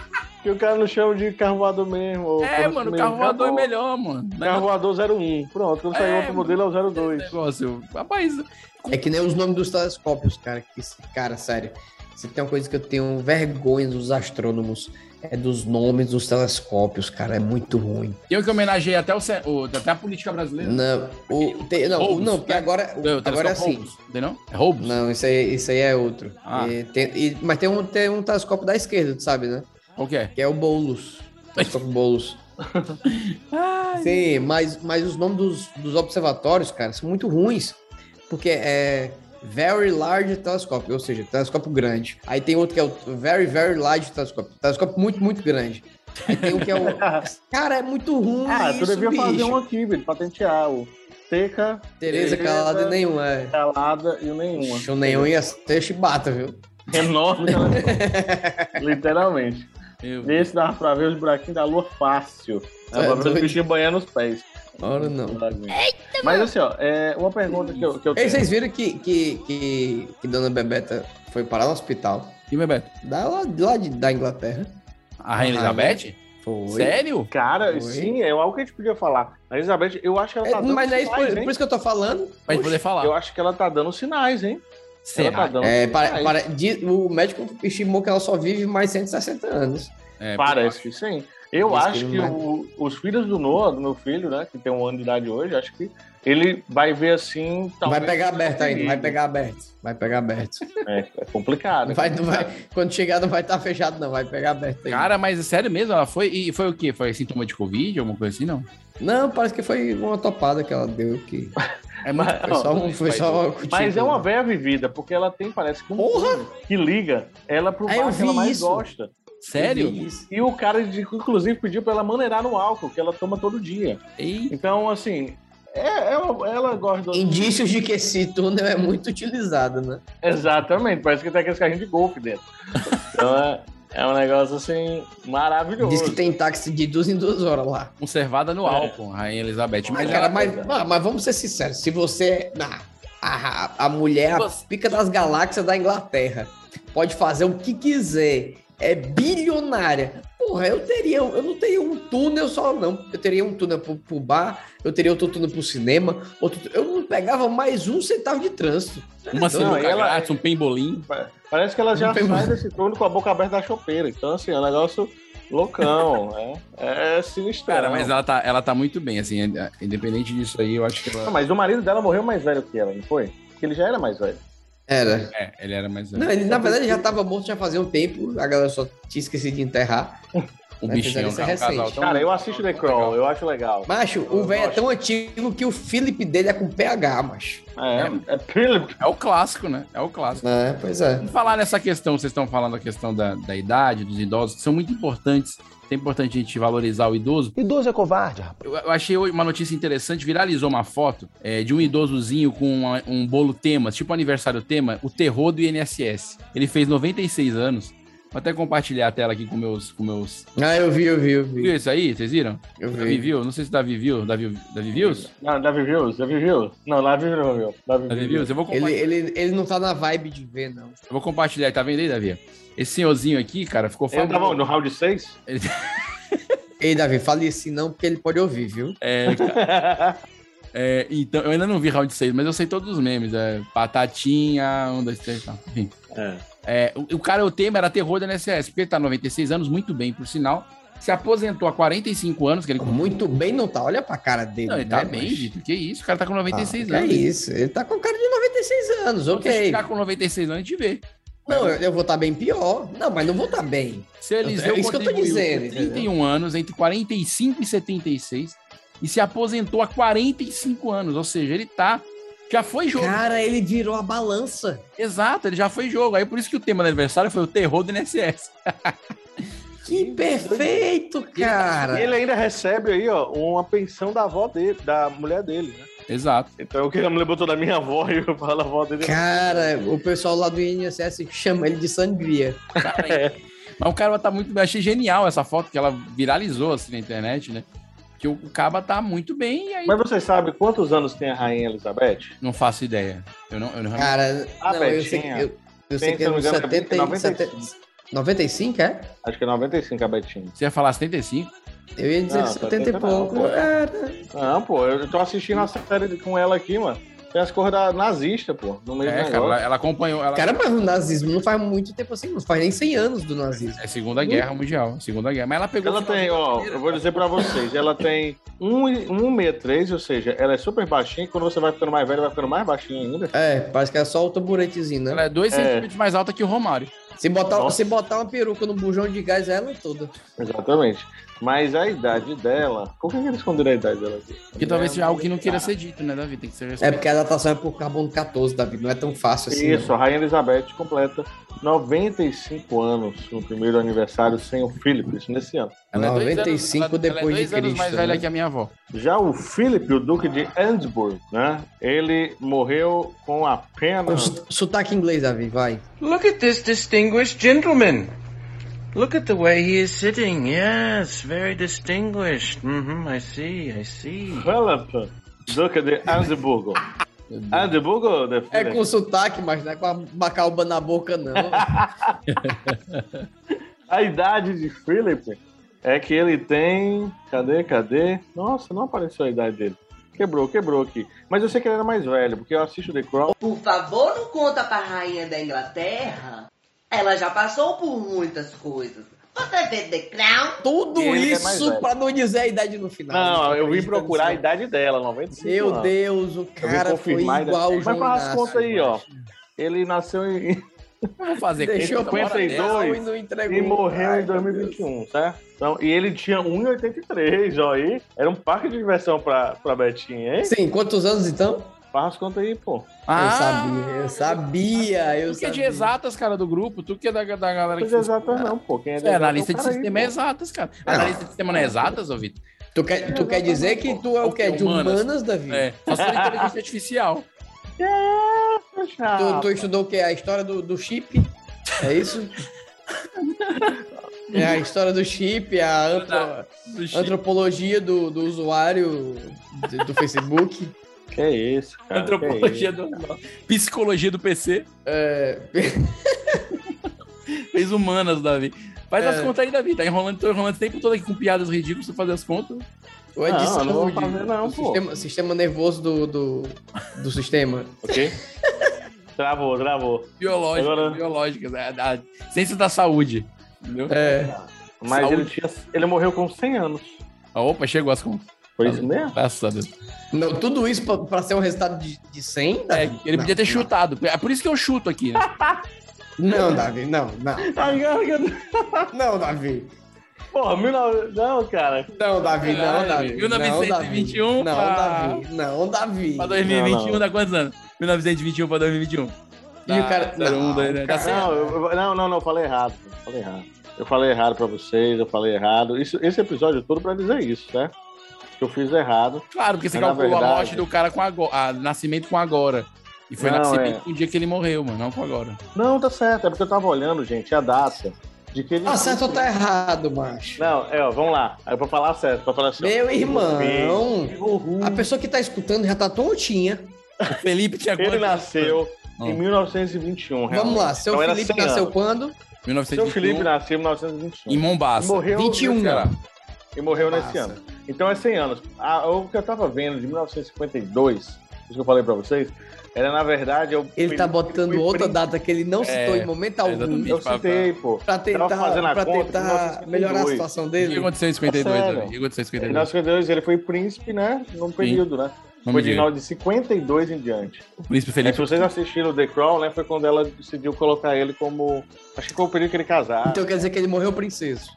que o cara não chama de carro voador mesmo. ou
É,
coisa
mano, o
mesmo.
carro voador é
Acabou.
melhor, mano.
Carro voador 01. Pronto, quando sair
É, um
outro modelo é o 02.
Negócio, rapaz,
É que nem os nomes dos telescópios, cara. Que, cara, sério. Se tem uma coisa que eu tenho vergonha dos astrônomos, é dos nomes dos telescópios, cara. É muito ruim.
tem que homenageei até, o, ce- o- até a política brasileira.
Não, o, tem- não,
Roubos,
não, porque
né?
agora,
Não, o
agora é
telescópio
assim.
Roubos, Entendeu? É roubos?
Não, isso aí, isso aí é outro.
Ah.
E tem- e- mas tem um, tem um telescópio da esquerda, tu sabe, né?
Qual que é?
Que é o Boulos. Telescópio Boulos. Sim, mas, mas os nomes dos, dos observatórios, cara, são muito ruins. Porque é Very Large Telescope, ou seja, telescópio grande. Aí tem outro que é o Very, Very Large Telescope. Telescópio muito, muito grande. Aí tem o que é o. Cara, é muito ruim.
Ah,
isso,
tu devia
bicho.
fazer um aqui, velho, patentear o Teca,
Tereza calada nenhum, é.
Calada e o Nenhuma. É
Show nenhum ia ser chibata, viu?
Enorme, né? literalmente.
Eu-
Nesse dá pra ver os buraquinhos da lua fácil. Dá
É
pra ver os
doido.
bichinhos banhando os pés.
Ora não.
Mas assim, ó, é uma pergunta que eu, que eu
Ei,
tenho.
vocês viram que, que, que, que Dona Bebeta foi parar no hospital?
E Bebeto?
Da, lá, lá de- da Inglaterra. É,
A Rainha Elizabeth?
Foi.
Sério?
Cara,
Oi.
sim, é algo que a gente podia falar. A Elizabeth, eu acho que ela
É,
tá dando
mas não é isso,
sinais,
por,
hein?
por isso que eu tô falando.
Pra gente poder falar.
Eu acho que ela tá dando sinais, hein? Ela
Será?
tá dando
É,
sinais.
para, para- diz- o médico estimou que ela só vive mais 160 anos.
É,
Parece que sim. Eu
Diz que
acho
ele é.
que
vai-
o- os filhos do Noah, do meu filho, né, que tem um ano de idade hoje, acho que ele vai ver assim. talvez- assim
vai pegar aberto ainda, vai pegar aberto. Vai pegar aberto.
É, é complicado.
Não
né?
vai, não vai, quando chegar não vai estar fechado, não. Vai pegar aberto ainda.
Cara, mas é sério mesmo? Ela foi. E foi o quê? Foi sintoma de Covid? Alguma coisa assim, não?
Não, parece que foi uma topada que ela deu. Que
É muito
Mas-
foi só, um, foi só uma
Mas
cutícula.
é uma velha vivida, porque ela tem, parece que um
Porra!
filho que liga ela pro
Ah, eu
bar que
vi
ela mais
isso.
gosta.
Sério?
E o cara, inclusive, pediu pra ela maneirar no álcool, que ela toma todo dia. Então, assim, é, ela, ela gosta do...
Indícios de que esse túnel é muito utilizado, né?
Exatamente, parece que tem aqueles carrinhos de golfe dentro. Então é, é um negócio assim maravilhoso.
Diz que tem táxi de duas em duas horas lá.
Conservada no álcool, Rainha Elizabeth.
Mas,
Mas
cara,
ela-
mas, ah, mas vamos ser sinceros. Se você. ah, a, a mulher, a pica das galáxias da Inglaterra, pode fazer o que quiser, é bilionária. Porra, eu teria, eu não teria um túnel só, não. Eu teria um túnel pro, pro bar, eu teria outro túnel pro cinema, outro tú- Eu não pegava mais um centavo de trânsito.
uma
Não,
sinuca
ela-
grátis, um pembolim.
Parece que ela já
Não tem
sai
mais.
desse turno com a boca aberta da chopeira. Então, assim, é um negócio loucão. é, é sinistro.
Então.
Cara, mas ela tá, ela tá muito bem, assim, é- independente disso aí, eu acho que
Não,
ela...
mas o marido dela morreu mais velho que ela, não foi? Porque ele já era mais velho.
Era.
É, ele era mais...
Não, ele, na verdade, ele já tava morto já fazia um tempo, a galera só tinha esquecido de enterrar.
Um
Né,
bichinho,
fizeram isso
cara, um
recente.
casal tão-
Cara, eu assisto The Crown, eu acho legal.
Macho, o velho é tão antigo que o Philip dele é com PH, macho.
É, é Philip.
É o clássico, né? É o clássico.
É, pois é.
Vamos falar nessa questão, vocês estão falando a questão da, da idade, dos idosos, que são muito importantes. É importante a gente valorizar o idoso.
Idoso é covarde, rapaz.
Eu, eu achei hoje uma notícia interessante, viralizou uma foto é, de um idosozinho com uma- um bolo tema, tipo aniversário tema, o terror do INSS. Ele fez 96 anos. Vou até compartilhar a tela aqui com meus... Com meus...
Ah, eu vi, eu vi, eu vi.
Viu isso aí? Vocês viram?
Eu
Davi
vi.
viu? Não sei se Davi viu. Davi, Davi Views?
Não, Davi Views, Davi Views. Não, Davi Views não viu. Davi
Davi
Views.
Views? Eu vou
Ele,
compartilhar.
ele, ele não tá na vibe de ver, não.
Eu vou compartilhar. Tá vendo aí, Davi? Esse senhorzinho aqui, cara, ficou
Ele tava
famoso.
no round 6?
Ei, Davi, fale assim não, porque ele pode ouvir, viu?
É, cara. É, então, eu ainda não vi round 6, mas eu sei todos os memes. É, patatinha, um, dois, três, tal. Enfim.
É.
É, o, o cara, o tema era terror da NSS, porque ele tá 96 anos, muito bem, por sinal. Se aposentou há 45 anos, que ele.
Muito bem não tá. Olha pra cara dele.
Não, ele tá
né,
bem,
macho?
Vitor. Que isso? O cara tá com 96
Ah,
anos.
É isso, ele tá com cara de 96 anos,
Então, Se
ok.
ficar com 96 anos, a gente vê.
Não, eu, eu vou estar tá bem pior. Não, mas não vou estar tá bem.
Se eles
É isso que eu tô dizendo,
31 anos, entre 45 e 76, e se aposentou há 45 anos. Ou seja, ele tá. Já foi jogo.
Cara, ele virou a balança.
Exato, ele já foi jogo. Aí por isso que o tema do aniversário foi o terror do NSS.
Que perfeito,
é
E
cara.
ele ainda recebe aí, ó, uma pensão da avó dele, da mulher dele, né?
Exato.
Então o que ele me botou da minha avó e eu falo a avó dele. é
Cara, o pessoal lá do INSS chama ele de sangria.
Mas o cara tá muito bem. Achei genial essa foto que ela viralizou assim na internet, né? Que o o Caba tá muito bem e aí.
Mas você sabe quantos anos tem a Rainha Elizabeth?
Não faço ideia. Eu não. Eu
Hum.
não
Cara,
A
não, eu sei,
Ah, Betinha.
eu, eu sei
Tem,
que
se
é
não me
uns
engano,
70 e-
95.
70 95, é?
Acho que é 95 a Betinha.
Você ia falar 75?
Eu ia dizer
Não,
70
70
e pouco. É, né?
não, pô.
Cara,
Não, pô, eu tô assistindo a série de- com ela aqui, mano. Tem as cores da nazista, pô, no meio do
É,
um negócio.
cara, ela, ela acompanhou. Ela...
Cara, mas o nazismo não faz muito tempo assim, não faz nem 100 anos do nazismo.
É Segunda Guerra Mundial. Segunda Guerra. Mas ela pegou.
Ela
o final
tem,
da
ó,
carreira,
eu vou
cara.
dizer pra vocês, ela tem 1,63, ou seja, ela é super baixinha, e quando você vai ficando mais velho, vai ficando mais baixinha ainda.
É, parece que é só o taburetezinho, né?
Ela é 2
É.
centímetros mais alta que o Romário.
Se botar,
Nossa.
se botar uma peruca no bujão de gás, é ela toda.
Exatamente. Mas a idade dela. Por que que eles esconderam a idade dela aqui?
Que talvez seja algo que não
Ah.
queira ser dito, né, Davi? Tem que ser
É
respeitado.
porque a datação é por carbono 14, Davi. Não é tão fácil assim.
Isso, a Rainha Elizabeth completa 95 anos no primeiro aniversário sem o Philip, isso nesse ano.
Ela é dois
95
anos- ela-
depois
Ela
de
é dois anos mais
Cristo,
velha
né?
que a minha avó.
Já o Philip, o Duque de Edinburgh, né? Ele morreu com
Não. Um
apenas.
su- sotaque inglês, Davi, vai.
Look at this distinguished gentleman. Look at the way he is sitting. Yes, very distinguished. hmm I see, I see.
Philip, Duque de Edinburgh. Edinburgh, de
É
Philip.
com sotaque, mas não é com a macalba na boca, não.
A idade de Philip é que ele tem. Cadê, cadê? Nossa, não apareceu a idade dele. Quebrou, quebrou aqui. Mas eu sei que ele era mais velho, porque eu assisto The Crown.
Por favor, não conta pra rainha da Inglaterra. Ela já passou por muitas coisas. Você vê The Crown?
Tudo
Ele é mais
isso
velho.
pra não dizer a idade no final.
Não, eu vim
acredito
procurar a
nisso.
idade dela, 95
Meu
anos.
Deus, o
Eu vim
cara foi
confirmar a idade
igual o
dela. Mas
João
pra as
Inácio,
contas aí, ó.
macho.
Ele nasceu em
Eu vou fazer
Deixou
conta,
pra
bora
fazer
nessa.
aula
52
e não entregou.
e morreu
Ai,
em
meu Deus.
2021, certo? Então, e ele tinha 1,83, ó aí. Era um parque de diversão pra, pra Betinha, hein?
Sim, quantos anos então?
Faz as contas aí, pô.
eu sabia, eu sabia, eu
Tu Ah, que é de
sabia.
exatas, cara, do grupo. Tu que é da, da galera
Não
que...
é exatas, não, pô. Quem é
É, analista de
exatas é o cara
sistema
aí,
é
pô.
exatas, cara.
Não.
Analista de sistema não é exatas, ô Vitor?
Tu quer, tu quer dizer que tu é o quê? De
Humanas.
humanas, Davi?
É, só sou inteligência artificial.
é, Ah,
Tu, tu estudou o quê? A história do, do chip? É isso? é a história do chip, a antro-
Do chip.
antropologia do, do usuário de- do Facebook.
Que é isso, cara.
Antropologia do... Psicologia do PC.
É,
Fez humanas, Davi. Faz as
É.
contas aí, Davi. Tá enrolando, tô enrolando o tempo todo aqui com piadas ridículas pra fazer as contas.
ou é
Não,
disso,
eu não vou
de-
fazer não,
do
pô.
Sistema, sistema nervoso do, do, do sistema.
Ok? Travou, travou.
Biológicas,
Agora-
biológicas. é, da- ciência da saúde. Entendeu?
É.
Mas
Saúde.
ele, tinha, ele morreu com 100 anos.
Ah, Opa, chegou as contas.
Foi isso mesmo?
Graças a Deus.
Não, tudo isso pra, pra ser um resultado de, de 100?
É,
Davi?
ele
Não,
podia ter chutado. É por isso que eu chuto aqui, né?
Não, Davi, não, não.
Ai, ai, ai.
Não, Davi.
Porra, 19... Não, cara.
Não, Davi, não,
Caralho,
Davi.
1921
Não,
pra-
Davi. Não, Davi.
Pra 2021
Não, não.
dá quantos anos? 1921 pra 2021.
E o cara-
Dá,
não,
um, dois, né? Dá cem.
Não, eu- eu- não, não, não, eu falei errado. eu Falei errado. Eu falei errado pra vocês, eu falei errado. Isso, esse episódio todo pra dizer isso, né? Que eu fiz errado.
Claro, porque você
Mas, na
calculou a
verdade-
morte do cara com agora, a, nascimento com agora. E foi
Não,
nascimento
é.
com o dia que ele morreu, mano, não com agora.
Não, tá certo. É porque eu tava olhando, gente, a data de que ele.
Tá certo ou tá errado, macho?
Não, é, ó, vamos lá. É pra falar certo, pra falar certo.
Meu irmão, a
Ele
pessoa que tá escutando já tá tontinha.
O Felipe tinha quantos anos?
nasceu em 1921.
Ah. Vamos
realmente.
lá, seu
Então era
Felipe
100 anos.
nasceu quando?
Seu
1921,
Felipe nasceu em
em
1921.
Mombasa.
Morreu
21.
nesse ano. E morreu nesse
Massa.
ano. Então é 100 anos. Ah, o que eu tava vendo de 1952, isso que eu falei pra vocês, era na verdade. Eu,
Ele tá botando
eu-
outra data que ele não citou
É,
em momento algum
exatamente.
Eu citei, pô.
pra tentar,
Tava fazendo a
pra
conta,
tentar
1952.
melhorar a situação
O que
dele.
aconteceu em 52,
Sério?
Davi? O que aconteceu em
Em
52?
1952, ele foi príncipe, né? Num período, né?
Não me
Foi de,
diga.
de 52 em diante.
O Príncipe
É,
Felipe.
se vocês assistiram The Crown, né? Foi quando ela decidiu colocar ele como. Acho que foi o período que ele casar.
Então quer dizer que ele morreu princeso.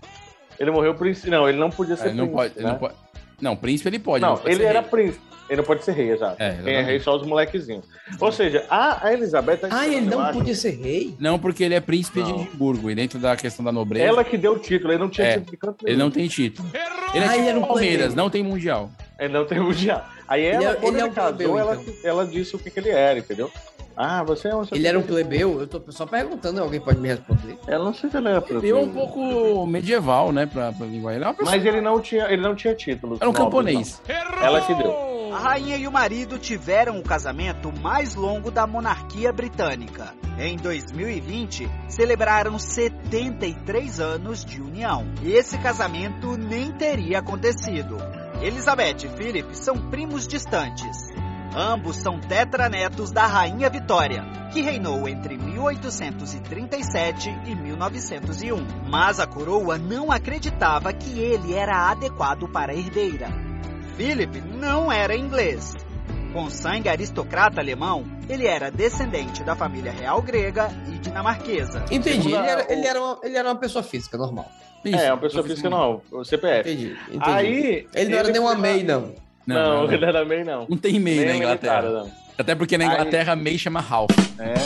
Ele morreu príncipe. Não, ele não podia
Ah,
ser
ele não
príncipe,
pode, ele
né?
não pode. Não, príncipe ele pode.
Não,
ele pode
ele
ser
era
rei.
príncipe. Ele não pode ser rei, exato.
É,
Quem é rei
exatamente.
só os molequezinhos. Ou seja, a, a Elizabeth. tá
Ah, ele
esperando, eu
não
acho.
podia ser rei?
Não, porque ele é príncipe de
Não.
Edimburgo. E dentro da questão da nobreza,
Ela que deu o título, ele não tinha
É,
título de canto
ele
nenhum.
não tem título. Ele é
Ah,
tipo
ele era um
Palmeiras,
plebeu.
não tem mundial.
Ele não tem mundial. Aí
Ele
ela,
é-
quando
ele
ele,
é um
casou,
plebeu,
ela,
então.
ela disse o que, que ele era, entendeu? Ah, você é um.
Ele era um plebeu? Eu tô só perguntando, alguém pode me responder.
Ela não sei se ele era plebeu.
Ele é um pouco medieval, né, pra, pra linguagem. Ele é uma pessoa-
Mas ele não tinha, ele não tinha então. título.
era um
nobre,
camponês.
não. Ela que deu.
A rainha e o marido tiveram o casamento mais longo da monarquia britânica. Em 2020, celebraram 73 anos de união. E esse casamento nem teria acontecido. Elizabeth e Philip são primos distantes. Ambos são tetranetos da rainha Vitória, que reinou entre 1837 e 1901. Mas a coroa não acreditava que ele era adequado para a herdeira. Philip não era inglês. Com sangue aristocrata alemão, ele era descendente da família real grega e dinamarquesa.
Entendi, ele
Segundo a-
era, ele era uma, ele era uma pessoa física, normal.
Isso,
É, uma pessoa física não, o CPF.
Entendi, entendi.
Aí.
ele não era nem um uma MEI, não.
Não,
Não,
não, não.
ele não era MEI, não.
Não tem MEI na
Nem
Inglaterra.
militar, não.
Até porque na
Aí-
Inglaterra MEI chama Ralph.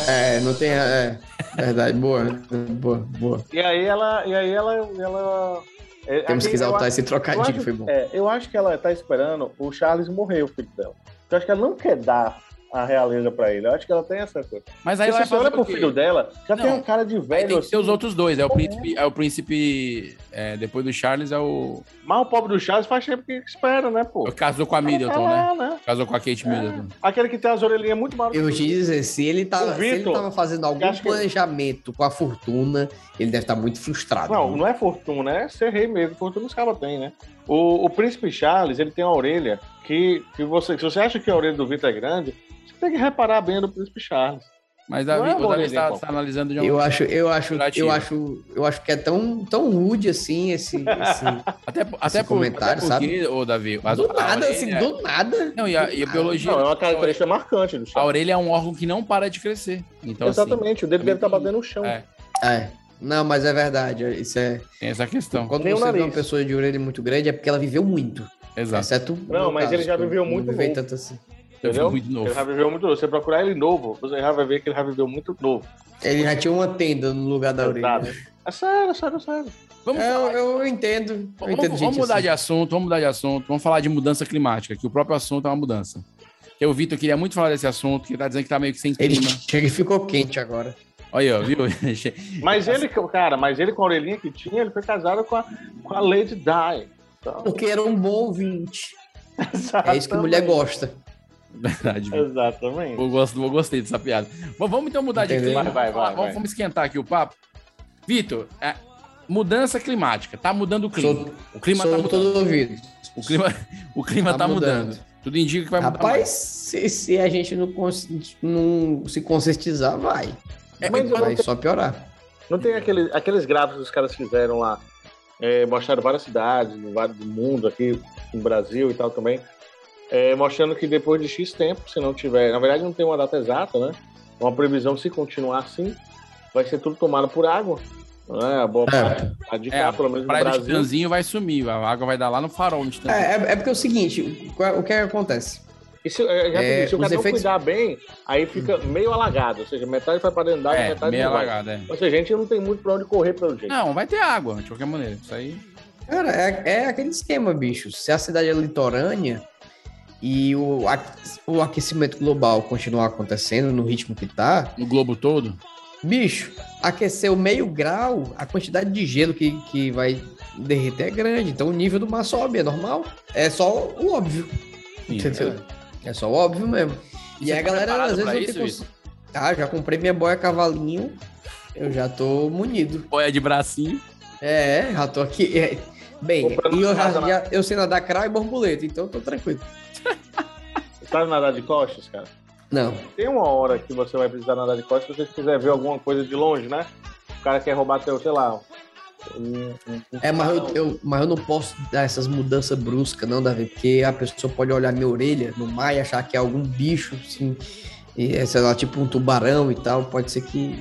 É, não tem. É, verdade, boa, boa, boa.
E aí ela. E aí ela. ela é,
Temos que
aqui eu
exaltar
acho-
esse trocadilho,
eu
foi
acho,
bom.
é, eu acho que ela tá esperando o Charles morrer, o filho dela. Então acho que ela não quer dar a realeza pra ele. Eu acho que ela tem essa coisa.
Mas aí
Aí
ela vai
se você olha
fazer
pro
o quê?
filho dela, já
Não.
tem um cara de
Aí
velho.
tem que ser
assim.
os outros dois. É o príncipe. É o príncipe. é, depois do Charles é o.
Mas o pobre do Charles faz tempo que espera, né, pô?
Casou com a Middleton, né?
Ela, né?
Casou com a Kate Middleton.
Aquele que tem as orelhinhas muito maiores.
Eu vou te dizer, se ele
Ô,
tava, se ele
Vitor,
tava fazendo algum
acho que-
planejamento com a fortuna, ele deve estar muito frustrado.
Não, não é fortuna, é ser rei mesmo. Fortuna os caras têm, né? O, o príncipe Charles, ele tem uma orelha que, que você. Se você acha que a orelha do Vitor é grande, você tem que reparar bem no príncipe Charles.
Mas
Não
a
é
Vi- o Davi
orelha,
está
pô.
está tá analisando de um.
Eu acho, eu acho,
Relativo.
eu acho, eu acho que é tão, tão rude assim esse. esse-
Até, até, por, até
comentário,
porque,
sabe?
ô Davi. as-
do
a
nada,
orelha- é-
assim,
é.
do nada.
Não, e a, e a biologia.
Não, é uma
a, orelha,
característica marcante do
a
Charles.
orelha é um órgão que não para de crescer. Então, assim,
Exatamente, o dele deve estar batendo no chão.
É.
É. Não, mas é verdade. Isso é.
tem um essa questão.
Quando
Nem o
você vê uma
nariz.
pessoa de orelha muito grande, é porque ela viveu muito.
Exato.
Exceto.
Não, mas ele já viveu muito
Não vivei
bom.
tanto assim.
Entendeu? Ele já viveu muito novo. Você procurar ele novo, você já vai ver que ele já viveu muito novo.
Ele já tinha uma tenda no lugar da orelha.
Exato. É sério, sério, sério.
Vamos
É,
eu, eu entendo. Eu
Vamos,
entendo gente
vamos mudar
assim.
de assunto, vamos mudar de assunto, vamos falar de mudança climática, que o próprio assunto é uma mudança. Eu, Vitor, queria muito falar desse assunto, que tá dizendo que tá meio que sem
Ele
clima.
chega e ficou quente agora.
Olha, aí, ó, viu?
Mas ele, cara, mas ele com a orelhinha que tinha, ele foi casado com a, com a Lady Di. Então,
Porque era um bom ouvinte. É isso que mulher gosta.
Verdade.
É,
viu?
Exatamente.
Eu, gosto, eu gostei dessa piada. Bom, vamos então mudar de
Entendeu?
clima.
Vai, vai,
vamos,
vai,
vamos-
vai.
vamos esquentar aqui o papo. Vitor, é, mudança climática. Tá mudando o clima.
Sou-
o clima
sou
tá mudando.
todo ouvido.
O clima, o clima tá,
Tá
mudando.
mudando.
Tudo indica que vai mudar.
Rapaz, se, se a gente não, cons- não se conscientizar, vai.
É,
mas eu
Vai
não,
só piorar.
não tem aquele, aqueles gráficos que os caras fizeram lá. É, mostraram várias cidades, no vários do mundo, aqui no Brasil e tal também. É, mostrando que depois de X tempo, se não tiver. Na verdade, não tem uma data exata, né? Uma previsão, se continuar assim, vai ser tudo tomado por água. Né? A boa parte, a de
É,
cá, pelo menos no
praia do
Brasil.
Titanzinho vai sumir. A água vai dar lá no farol. No
É,
Titãzinho.
é, é porque é o seguinte, o que- o que acontece?
E se, é, já
É,
tem- se o
os
cara não
efeitos-
cuidar bem, aí fica meio alagado. Ou seja, metade vai pra dentro da água,
É,
metade
meio
não vai.
alagado, é.
Ou seja, a gente não tem muito pra onde correr pelo jeito.
Não, vai ter água, de qualquer maneira. Isso aí.
Cara, é, é aquele esquema, bicho. Se a cidade é litorânea e o, aque- o aquecimento global continuar acontecendo no ritmo que tá,
No globo todo?
bicho, aqueceu meio grau, a quantidade de gelo que, que vai derreter é grande. Então o nível do mar sobe, é normal. É só o óbvio.
Sim,
entendeu? É. só o óbvio mesmo.
E
E,
você
a
tá
galera
preparado
às vezes
pra
não tem
isso,
cons... Ah, já comprei minha boia cavalinho. Eu já tô munido.
Ou é de bracinho?
É, já tô aqui. é. Bem,
Comprando
e eu, já,
casa lá.
já- eu sei nadar crawl e borboleta, então eu tô tranquilo.
Você sabe nadar de costas, cara?
Não.
Tem uma hora que você vai precisar nadar de costas se você quiser ver alguma coisa de longe, né? O cara quer roubar teu, sei lá. um- um- um
É, mas eu,
tubarão.
eu- mas eu não posso dar essas mudanças bruscas, não, Davi, porque a pessoa pode olhar minha orelha no mar e achar que é algum bicho, assim, e, é, sei lá, tipo um tubarão e tal. Pode ser que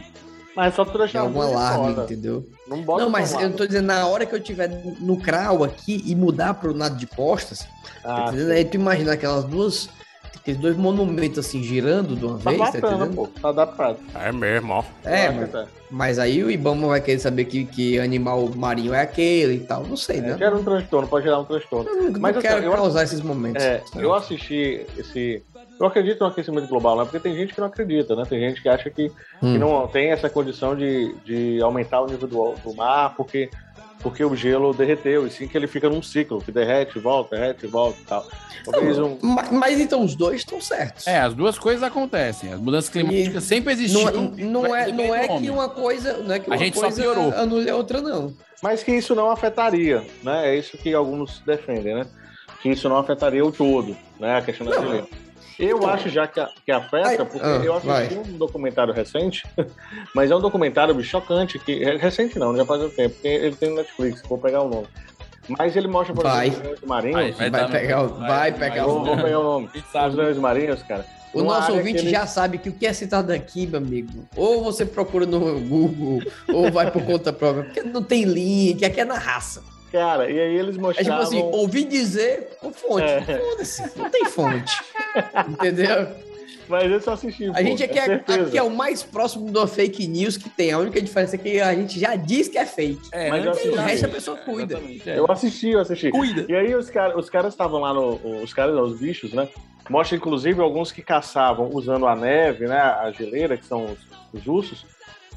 Mas é só tu
é
deixar a
algum
luz de
alarme,
fora.
entendeu?
Não bota um
não, mas
tomada.
eu tô dizendo, na hora que eu tiver no crawl aqui e mudar pro nado de costas,
Ah,
tá entendendo? Aí tu imagina aquelas duas, aqueles dois monumentos assim girando de uma
tá
vez, tá
bacana,
entendendo?
pô. Tá adaptado.
É mesmo, ó.
É,
Eu acho
mas,
que tá.
mas aí o Ibama vai querer saber que, que animal marinho é aquele e tal, não sei,
É,
né?
Gera um transtorno, pode gerar um transtorno.
Eu não,
Mas,
não
assim,
quero
eu-
causar esses momentos.
É, eu assisti esse. Eu acredito no aquecimento global, né? Porque tem gente que não acredita, né? Tem gente que acha que, que
Hum.
não tem essa condição de, de aumentar o nível do, do mar porque, porque o gelo derreteu, e sim que ele fica num ciclo, que derrete, volta, derrete, volta e tal. Talvez um.
Ma- Mas então os dois estão certos.
É, as duas coisas acontecem. As mudanças climáticas sempre
Não,
existiram.
não
um- vai
é, não
depender
é
do
que
homem.
uma coisa, não é que
A
uma
gente só
coisa
piorou.
anule a outra, não.
Mas que isso não afetaria, né? É isso que alguns defendem, né? Que isso não afetaria o todo, né? A questão da
Não. Então,
geleia. Eu acho já que, a- que afeta,
Ai,
porque
ah,
eu assisti um documentário recente, mas é um documentário bicho, chocante, que é recente não, já faz um tempo, porque ele tem no Netflix, vou pegar o nome. Mas ele mostra, por
Vai.
exemplo, os leões marinhos.
Vai, vai
Vai
dar no-
pegar o- vai pegar
vou,
o-
vou pegar o nome.
A gente
Os
sabe, né?
leões marinhos, cara.
O
numa
nosso
área
ouvinte
que eles-
já sabe que o que é citado aqui, meu amigo, ou você procura no Google, ou vai por conta própria, porque não tem link, aqui é na raça.
Cara, e aí eles
É tipo
mostravam...
assim, ouvi dizer com fonte.
Tá É.
Foda-se, não tem fonte. Entendeu?
Mas eu só assisti,
A gente aqui é,
certeza.
aqui é o mais próximo de uma fake news que tem. A única diferença é que a gente já diz que é fake.
É,
Mas
antes
eu
o
não,
assisti.
resto a
é,
pessoa cuida.
exatamente, é.
Eu assisti, eu assisti.
Cuida.
E aí os, cara, os caras estavam lá no. Os caras, não, os bichos, né? Mostra, inclusive, alguns que caçavam usando a neve, né? A geleira, que são os, os ursos.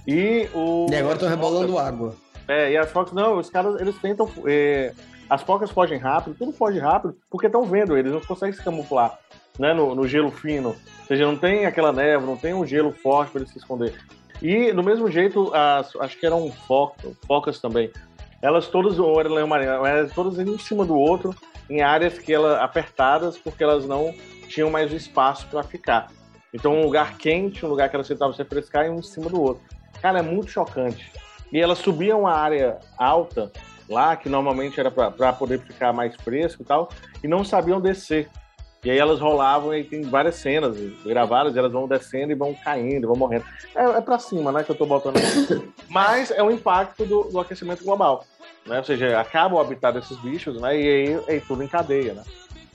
E o.
E agora estão rebolando água.
É, e as focas, não, os caras, eles tentam. é, as focas fogem rápido, tudo foge rápido, porque estão vendo eles, não conseguem se camuflar, né? No, no gelo fino. Ou seja, não tem aquela neve, não tem um gelo forte para eles se esconder. E do mesmo jeito, as, acho que eram foca- focas também. Elas todas, ou era leão marinho, elas todas em cima do outro, em áreas que elas apertadas, porque elas não tinham mais espaço para ficar. Então, um lugar quente, um lugar que elas tentavam se refrescar e um em cima do outro. Cara, é muito chocante. E elas subiam a área alta lá, que normalmente era para poder ficar mais fresco e tal, e não sabiam descer. E aí elas rolavam e tem várias cenas gravadas, e elas vão descendo e vão caindo, vão morrendo. É, é para cima, né, que eu tô botando. aqui. Mas é o impacto do, do aquecimento global, né? Ou seja, acaba o habitat desses bichos, né? E aí é tudo em cadeia, né?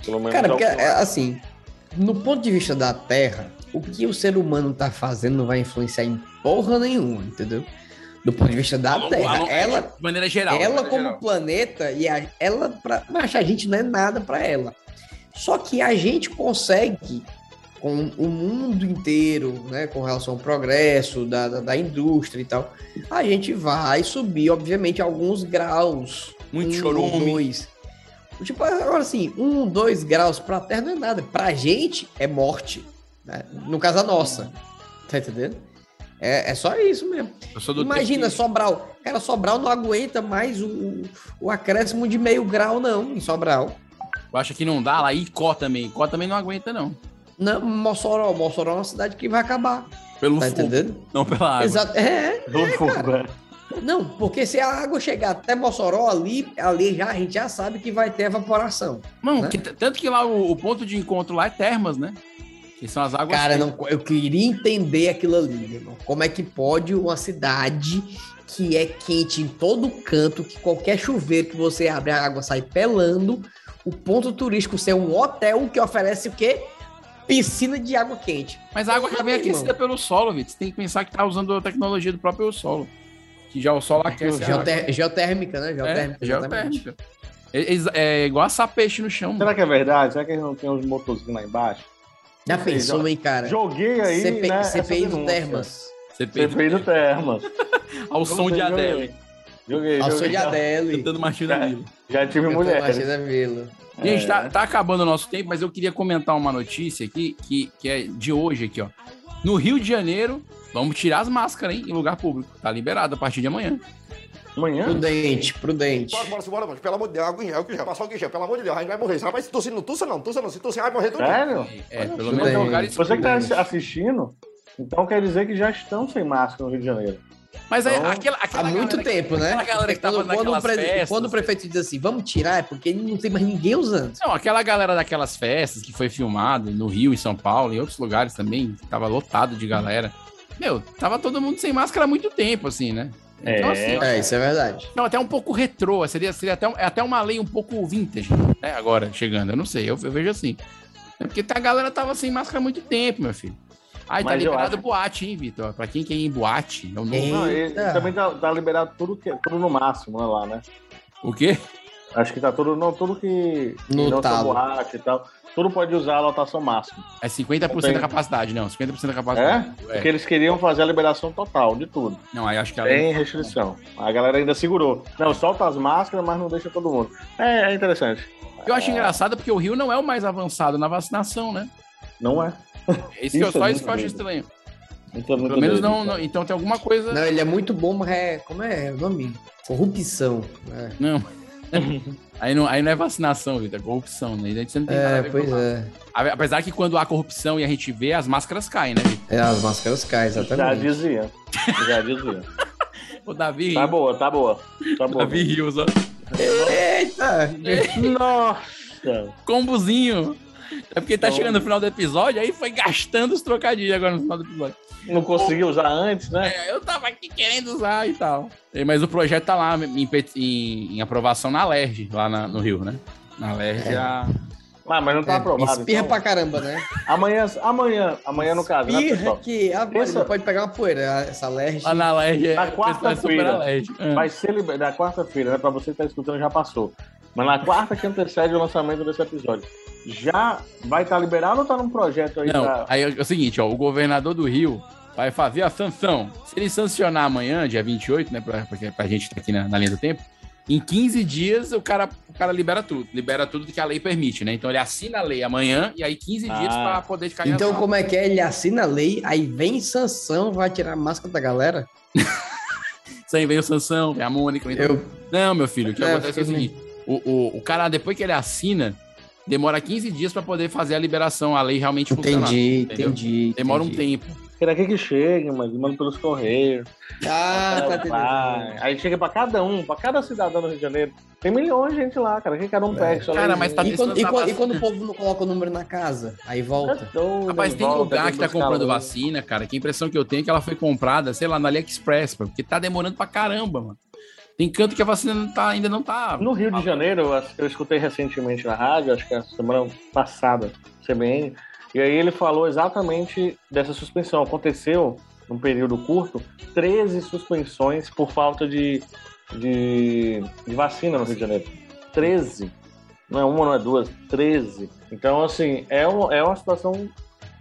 Pelo menos é
Cara,
o
porque
que eu
é, assim, no ponto de vista da Terra, o que o ser humano tá fazendo não vai influenciar em porra nenhuma, entendeu? Do ponto de vista da
longo-
Terra.
a longo-
ela,
de maneira é geral, de
Ela,
é
maneira
como
geral.
planeta, e a, ela, pra, mas a gente não é nada para ela. Só que a gente consegue, com o mundo inteiro, né, com relação ao progresso da, da, da indústria e tal, a gente vai subir, obviamente, alguns graus.
Muito
um,
chorume.
Dois. Tipo, agora assim, um, dois graus pra Terra não é nada. Pra gente é morte. né? No caso, a nossa. Tá entendendo? É, é só isso mesmo.
Eu sou do
Imagina,
tempo
Sobral. Cara, Sobral não aguenta mais o, o- o acréscimo de meio grau, não, em Sobral.
que- Eu acho que não dá lá. E Có também. Có também não aguenta, não.
Não, Mossoró. Mossoró é uma cidade que vai acabar.
Pelo
Tá
fogo.
entendendo?
Não pela água.
Exato. É,
Pelo fogo, é.
Não, porque se a água chegar até Mossoró ali, ali já, a gente já sabe que vai ter evaporação.
Não,
né?
que t- tanto que lá o, o ponto de encontro lá é termas, né? Que são as águas.
Cara,
frias.
não, eu queria entender aquilo ali, meu irmão. Como é que pode uma cidade que é quente em todo canto, que qualquer chuveiro que você abre, a água sai pelando, o ponto turístico ser um hotel que oferece o quê? Piscina de água quente.
Mas a água já vem
Meu irmão.
aquecida pelo solo, Vitor. Você tem que pensar que tá usando a tecnologia do próprio solo. Que já o solo aquece. a água.
Geoter- geotérmica, né?
É,
Geotérmica. exatamente.
geotérmica. É, é- é igual assar peixe no chão.
Será que é verdade? Será que eles não tem uns motorzinhos lá embaixo?
Já
Não sei,
pensou,
jo-
hein, cara?
É. Joguei aí,
CP
né? essa
CPI do
denúncia.
Termas.
Você
CPI do Termas.
Ao
Não
som
sei,
de
joguei.
Adele.
Joguei,
Ao
joguei.
som de Adele.
Cantando Martina
É.
Vila.
Já tive
Cantando
mulheres.
Martina Vila.
Gente,
É.
tá, tá acabando o nosso tempo, mas eu queria comentar uma notícia aqui, que, que é de hoje aqui, ó. No Rio de Janeiro, vamos tirar as máscaras, hein, em lugar público. Tá liberado a partir de amanhã.
Amanhã?
Prudente, prudente.
Bora, bora, bora, mano. Pelo amor de Deus, água em gel, que já passou o gel, pelo amor de Deus, a gente vai morrer. Você vai se tossir, não tussa não, tussa não, se tossir, vai morrer tudo.
Sério?
É, pelo
tudo
menos é um
bem.
lugar
Você que tá
exclusivo.
assistindo, então quer dizer que já estão sem máscara no Rio de Janeiro.
Mas aí,
Então,
aquela, aquela
Há muito
galera,
tempo, né?
Aquela galera que tava
Quando, quando o
naquelas
pre-
festas.
quando o prefeito diz assim, vamos tirar, é porque não tem mais ninguém usando.
Não, aquela galera daquelas festas que foi filmado no Rio, em São Paulo, em outros lugares também, que tava lotado de galera. Meu, tava todo mundo sem máscara há muito tempo, assim, né? Então, assim,
É, isso é verdade.
Não, até um pouco retrô, seria, seria até, um- é até uma lei um pouco vintage, né? Agora, chegando, eu não sei, eu, eu vejo assim. É porque tá- a galera tava sem máscara há muito tempo, meu filho. Aí tá
Mas eu
liberado
acho-
boate, hein, Vitor? Pra quem quer ir em boate, é o novo.
Não, e
Eita.
também tá, tá liberado tudo, que, tudo no máximo né, lá, né?
O quê?
Acho que tá tudo, não, tudo que que
No
não tá
talo.
boate e tal. Tudo pode usar a lotação máxima.
É 50%
Tem.
da capacidade, não. 50% da capacidade.
É? Porque eles queriam fazer a liberação total de tudo.
Não, aí acho que a lei-
Tem restrição. A galera ainda segurou. Não, solta as máscaras, mas não deixa todo mundo. É, é interessante.
Eu acho engraçado porque o Rio não é o mais avançado na vacinação, né?
Não é?
É isso que eu
Isso é
só
muito
isso que eu acho
doido.
estranho.
Muito- muito Né?
Pelo menos
doido,
não,
cara.
não- Então tem alguma coisa.
Não, ele é muito bom, mas é. Como é o nome? Corrupção. né?
Não. aí, não aí não é vacinação, Vitor, é corrupção, né? Isso não tem nada a
É,
ver
pois
com nada.
é.
A- Apesar que quando há corrupção e a gente vê, as máscaras caem, né, Vitor?
É, as máscaras caem,
Já
exatamente.
dizia. Já dizia.
O Davi,
Tá boa, tá boa. Tá boa.
Davi Rios, ó.
Eita!
Nossa!
Combozinho. É porque tá
Então-
chegando no final do episódio, aí foi gastando os trocadilhos agora no final do episódio.
Não conseguiu usar antes, né?
É, Eu tava aqui querendo usar e tal. É, Mas o projeto tá lá em, pe- em- em aprovação na LERJ, lá na- no Rio, né? Na LERJ,
É.
a-
Ah, mas não tá
É,
aprovado.
espirra
então.
pra caramba, né?
Amanhã, amanhã, amanhã no caso, né,
Espirra
pessoal?
que a
Pensa-
não pode pegar uma poeira, essa alergia.
lá na LERJ. é-
Na
o pessoal
quarta-feira.
é super alérgico. É.
Vai ser liber... na quarta-feira, né? Pra você que tá escutando, já passou. Mas na quarta que antecede o lançamento desse episódio. Já vai estar liberado ou tá num projeto aí?
Não,
pra-
aí é o seguinte, ó, o governador do Rio vai fazer a sanção. Se ele sancionar amanhã, dia 28, né, pra, pra, pra gente tá aqui na, na linha do tempo, em 15 dias o cara, o cara libera tudo, libera tudo que a lei permite, né? Então ele assina a lei amanhã e aí 15 dias
Ah.
pra poder ficar em
Então,
ação.
como é que é? Ele assina a lei, aí vem sanção, vai tirar a máscara da galera.
Isso aí veio sanção, vem a Mônica, então
Eu.
Não, meu filho, o que
É,
acontece é o
fica
seguinte: o, o, o cara, depois que ele assina, demora 15 dias pra poder fazer a liberação, a lei realmente funcionar.
Entendi,
entendeu?
entendi.
Demora
entendi.
um tempo.
Será que é que chega, mas manda pelos correios.
Ah, tá
Vai.
entendendo.
Aí chega pra cada um, pra cada cidadão do Rio de Janeiro. Tem milhões de gente lá, cara. Quem cada um pega? sua
Cara,
leizinha.
mas tá
E quando,
pensando
e
na
quando- e
vacina.
quando o povo não coloca o número na casa, aí volta.
Tá doido,
Rapaz, tem
volta,
lugar que tá
buscar
comprando
lá.
vacina, cara, que a impressão que eu tenho é que ela foi comprada, sei lá, na AliExpress, pô, porque tá demorando pra caramba, mano. Tem canto que a vacina não tá, ainda não tá.
No Rio de Janeiro, eu acho que eu escutei recentemente na rádio, acho que a semana passada, CBN, E aí ele falou exatamente dessa suspensão. Aconteceu, num período curto, 13 suspensões por falta de, de, de vacina no Rio de Janeiro. 13. Não é uma, não é duas, 13. Então, assim, é, um, é uma situação,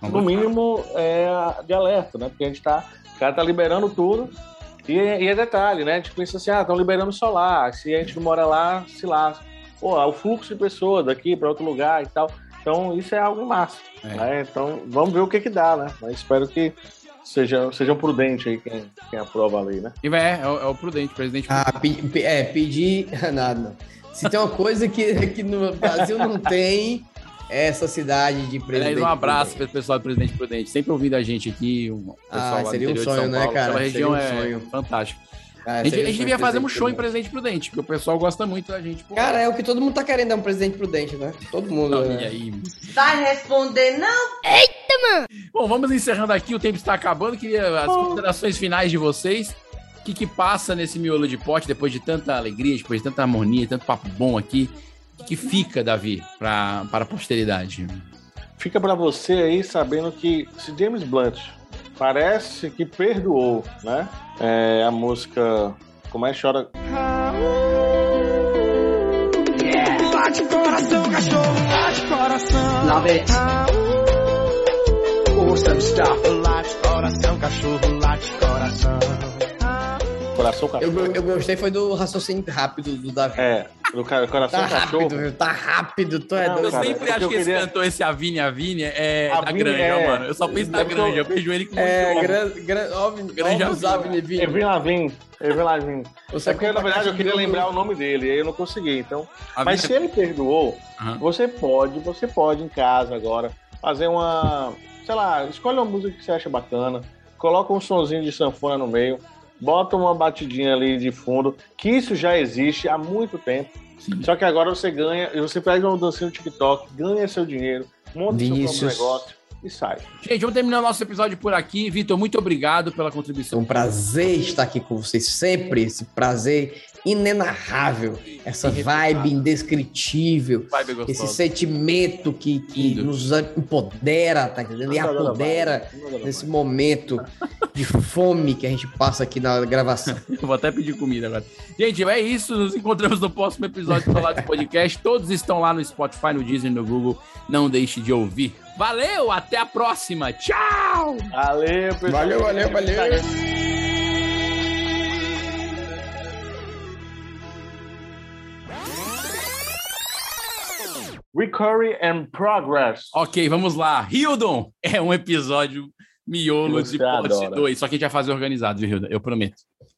no mínimo, é, de alerta, né? Porque a gente tá. O cara tá liberando tudo. E, e é detalhe, né? A gente pensa assim, ah, estão liberando solar. Se a gente não mora lá, se lasca. Pô, é o fluxo de pessoas daqui para outro lugar e tal. Então, isso é algo massa. né? Então, vamos ver o que que dá, né? Mas espero que sejam, sejam prudentes aí quem, quem aprova a lei, né?
E vai, é, é o, é o prudente, o presidente.
Ah, pe- pe- é, pedir nada. não. Se tem uma coisa que, que no Brasil não tem, é essa cidade de
Aliás,
presidente.
um abraço para o pessoal do Presidente Prudente, sempre ouvindo a gente aqui. O pessoal
Ah,
lá do
seria um
interior de
sonho,
São
né,
Paulo.
cara?
Aquela região
Seria
é
um sonho.
fantástica.
Ah,
a gente,
seria
a gente
um
devia fazer um
presente
show em
prudente.
Presidente Prudente, porque o pessoal gosta muito da gente. Pô,
Cara, é o que todo mundo tá querendo, é um presidente prudente, né? Todo mundo.
não,
né?
e aí?
Vai responder não?
Eita, mano! Bom, vamos encerrando aqui, o tempo está acabando. Queria as considerações finais de vocês. O que, que passa nesse miolo de pote depois de tanta alegria, depois de tanta harmonia, tanto papo bom aqui? O que, que fica, Davi, pra, para a posteridade?
Fica para você aí sabendo que se James Blunt parece que perdoou, né? É, a música Como é que chora?
Bate coração, cachorro, bate coração.
Love it.
Awesome stuff. Late coração, cachorro, late coração.
Coração
Eu,
cachorro.
go- eu gostei, foi do raciocínio rápido do
Tá
Davi.
É, do ca- coração
Tá
cachorro.
rápido, viu? Tá rápido, tu é
Não,
doido.
cara,
Sempre
porque
acho
eu
que esse
queria-
cantor, esse Avini Avini, é
A
da
Vini,
granja,
é.
mano. Eu só penso na
É porque
granja,
eu-
eu vejo ele com
É,
muito
gran, gran, óbvio,
Grande
óbvio, Avni, Vini.
Evin Lavin, Evin Lavin.
Você
é porque, na
compra
verdade, eu
caixa
queria
de
lembrar o
ouro.
nome dele, e aí eu não consegui, então...
A
Mas
vida-
se ele perdoou,
Aham.
você pode, você pode em casa agora, fazer uma... Sei lá, escolhe uma música que você acha bacana, coloca um sonzinho de sanfona no meio, bota uma batidinha ali de fundo, que isso já existe há muito tempo. Só que agora você ganha, e você pega uma dancinha no TikTok, ganha seu dinheiro, monta seu
Vinícius.
próprio negócio e sai.
Gente, vamos terminar o nosso episódio por aqui. Vitor, muito obrigado pela
É
contribuição.
um prazer estar aqui com vocês sempre, esse prazer inenarrável, essa vibe indescritível,
Vibe
esse
gostosa.
sentimento que, que
Lindo.
nos empodera, tá entendendo? E
Nada da
apodera
vibe, nada da vibe.
nesse momento de fome que a gente passa aqui na gravação.
Eu vou até pedir comida agora. Gente, é isso. Nos encontramos no próximo episódio do Lado Podcast. Todos estão lá no Spotify, no Disney, no Google. Não deixe de ouvir. Valeu, até a próxima. Tchau!
Valeu, pessoal.
Valeu, valeu, valeu.
Recovery and Progress.
Ok, vamos lá. Hildon é um episódio miolo
Você
de Pote
adora.
2. Só que a gente vai fazer organizado, viu, Hildon? Eu prometo.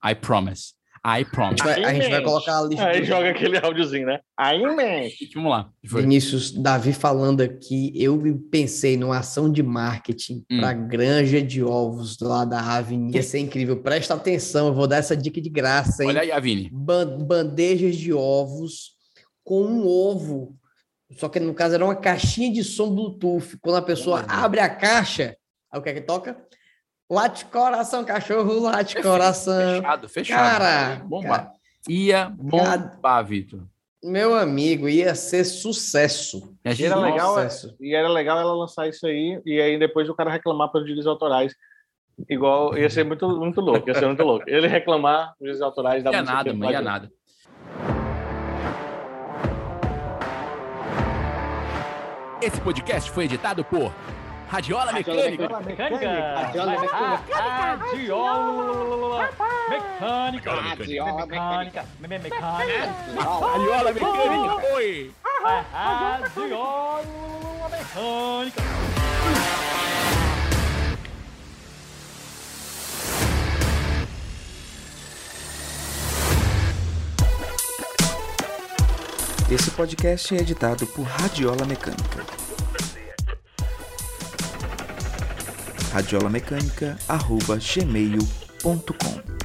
I promise. I
A gente
promise.
vai, a gente vai colocar a lista.
Aí joga aquele áudiozinho, né? Aí, man.
Gente, Vamos lá. Foi.
Vinícius, Davi falando aqui, eu pensei numa ação de marketing
Hum.
pra granja de ovos lá da Avenida. Ia ser incrível. Presta atenção, eu vou dar essa dica de graça, hein?
Olha aí, Avini.
Ban- bandejas de ovos com um ovo. Só que no caso era uma caixinha de som Bluetooth. Quando a pessoa abre a caixa, aí o que é que toca? Late coração, cachorro, late coração.
É Fechado, é fechado.
Cara,
bombar.
cara,
Ia bombar, Vitor.
meu amigo, ia ser sucesso.
E a
E
gente-
era,
Nossa.
legal,
é?
e era legal ela lançar isso aí, e aí depois o cara reclamar pelos direitos autorais. Igual, ia ser muito, muito louco, ia ser muito louco. Ele reclamar dos direitos autorais da
Ia
música que
nada,
ele
mano, ia
plagiou.
nada. Esse podcast foi editado por Radiola Mecânica.
Radiola Mecânica.
Radiola Radiola Mecânica.
Ah,
Ah,
Radiola Mecânica. Me- Mecânica.
Radiola Mecânica. Oi.
Radiola Mecânica.
Esse podcast é editado por Radiola Mecânica. radiolamecânica.gmail.com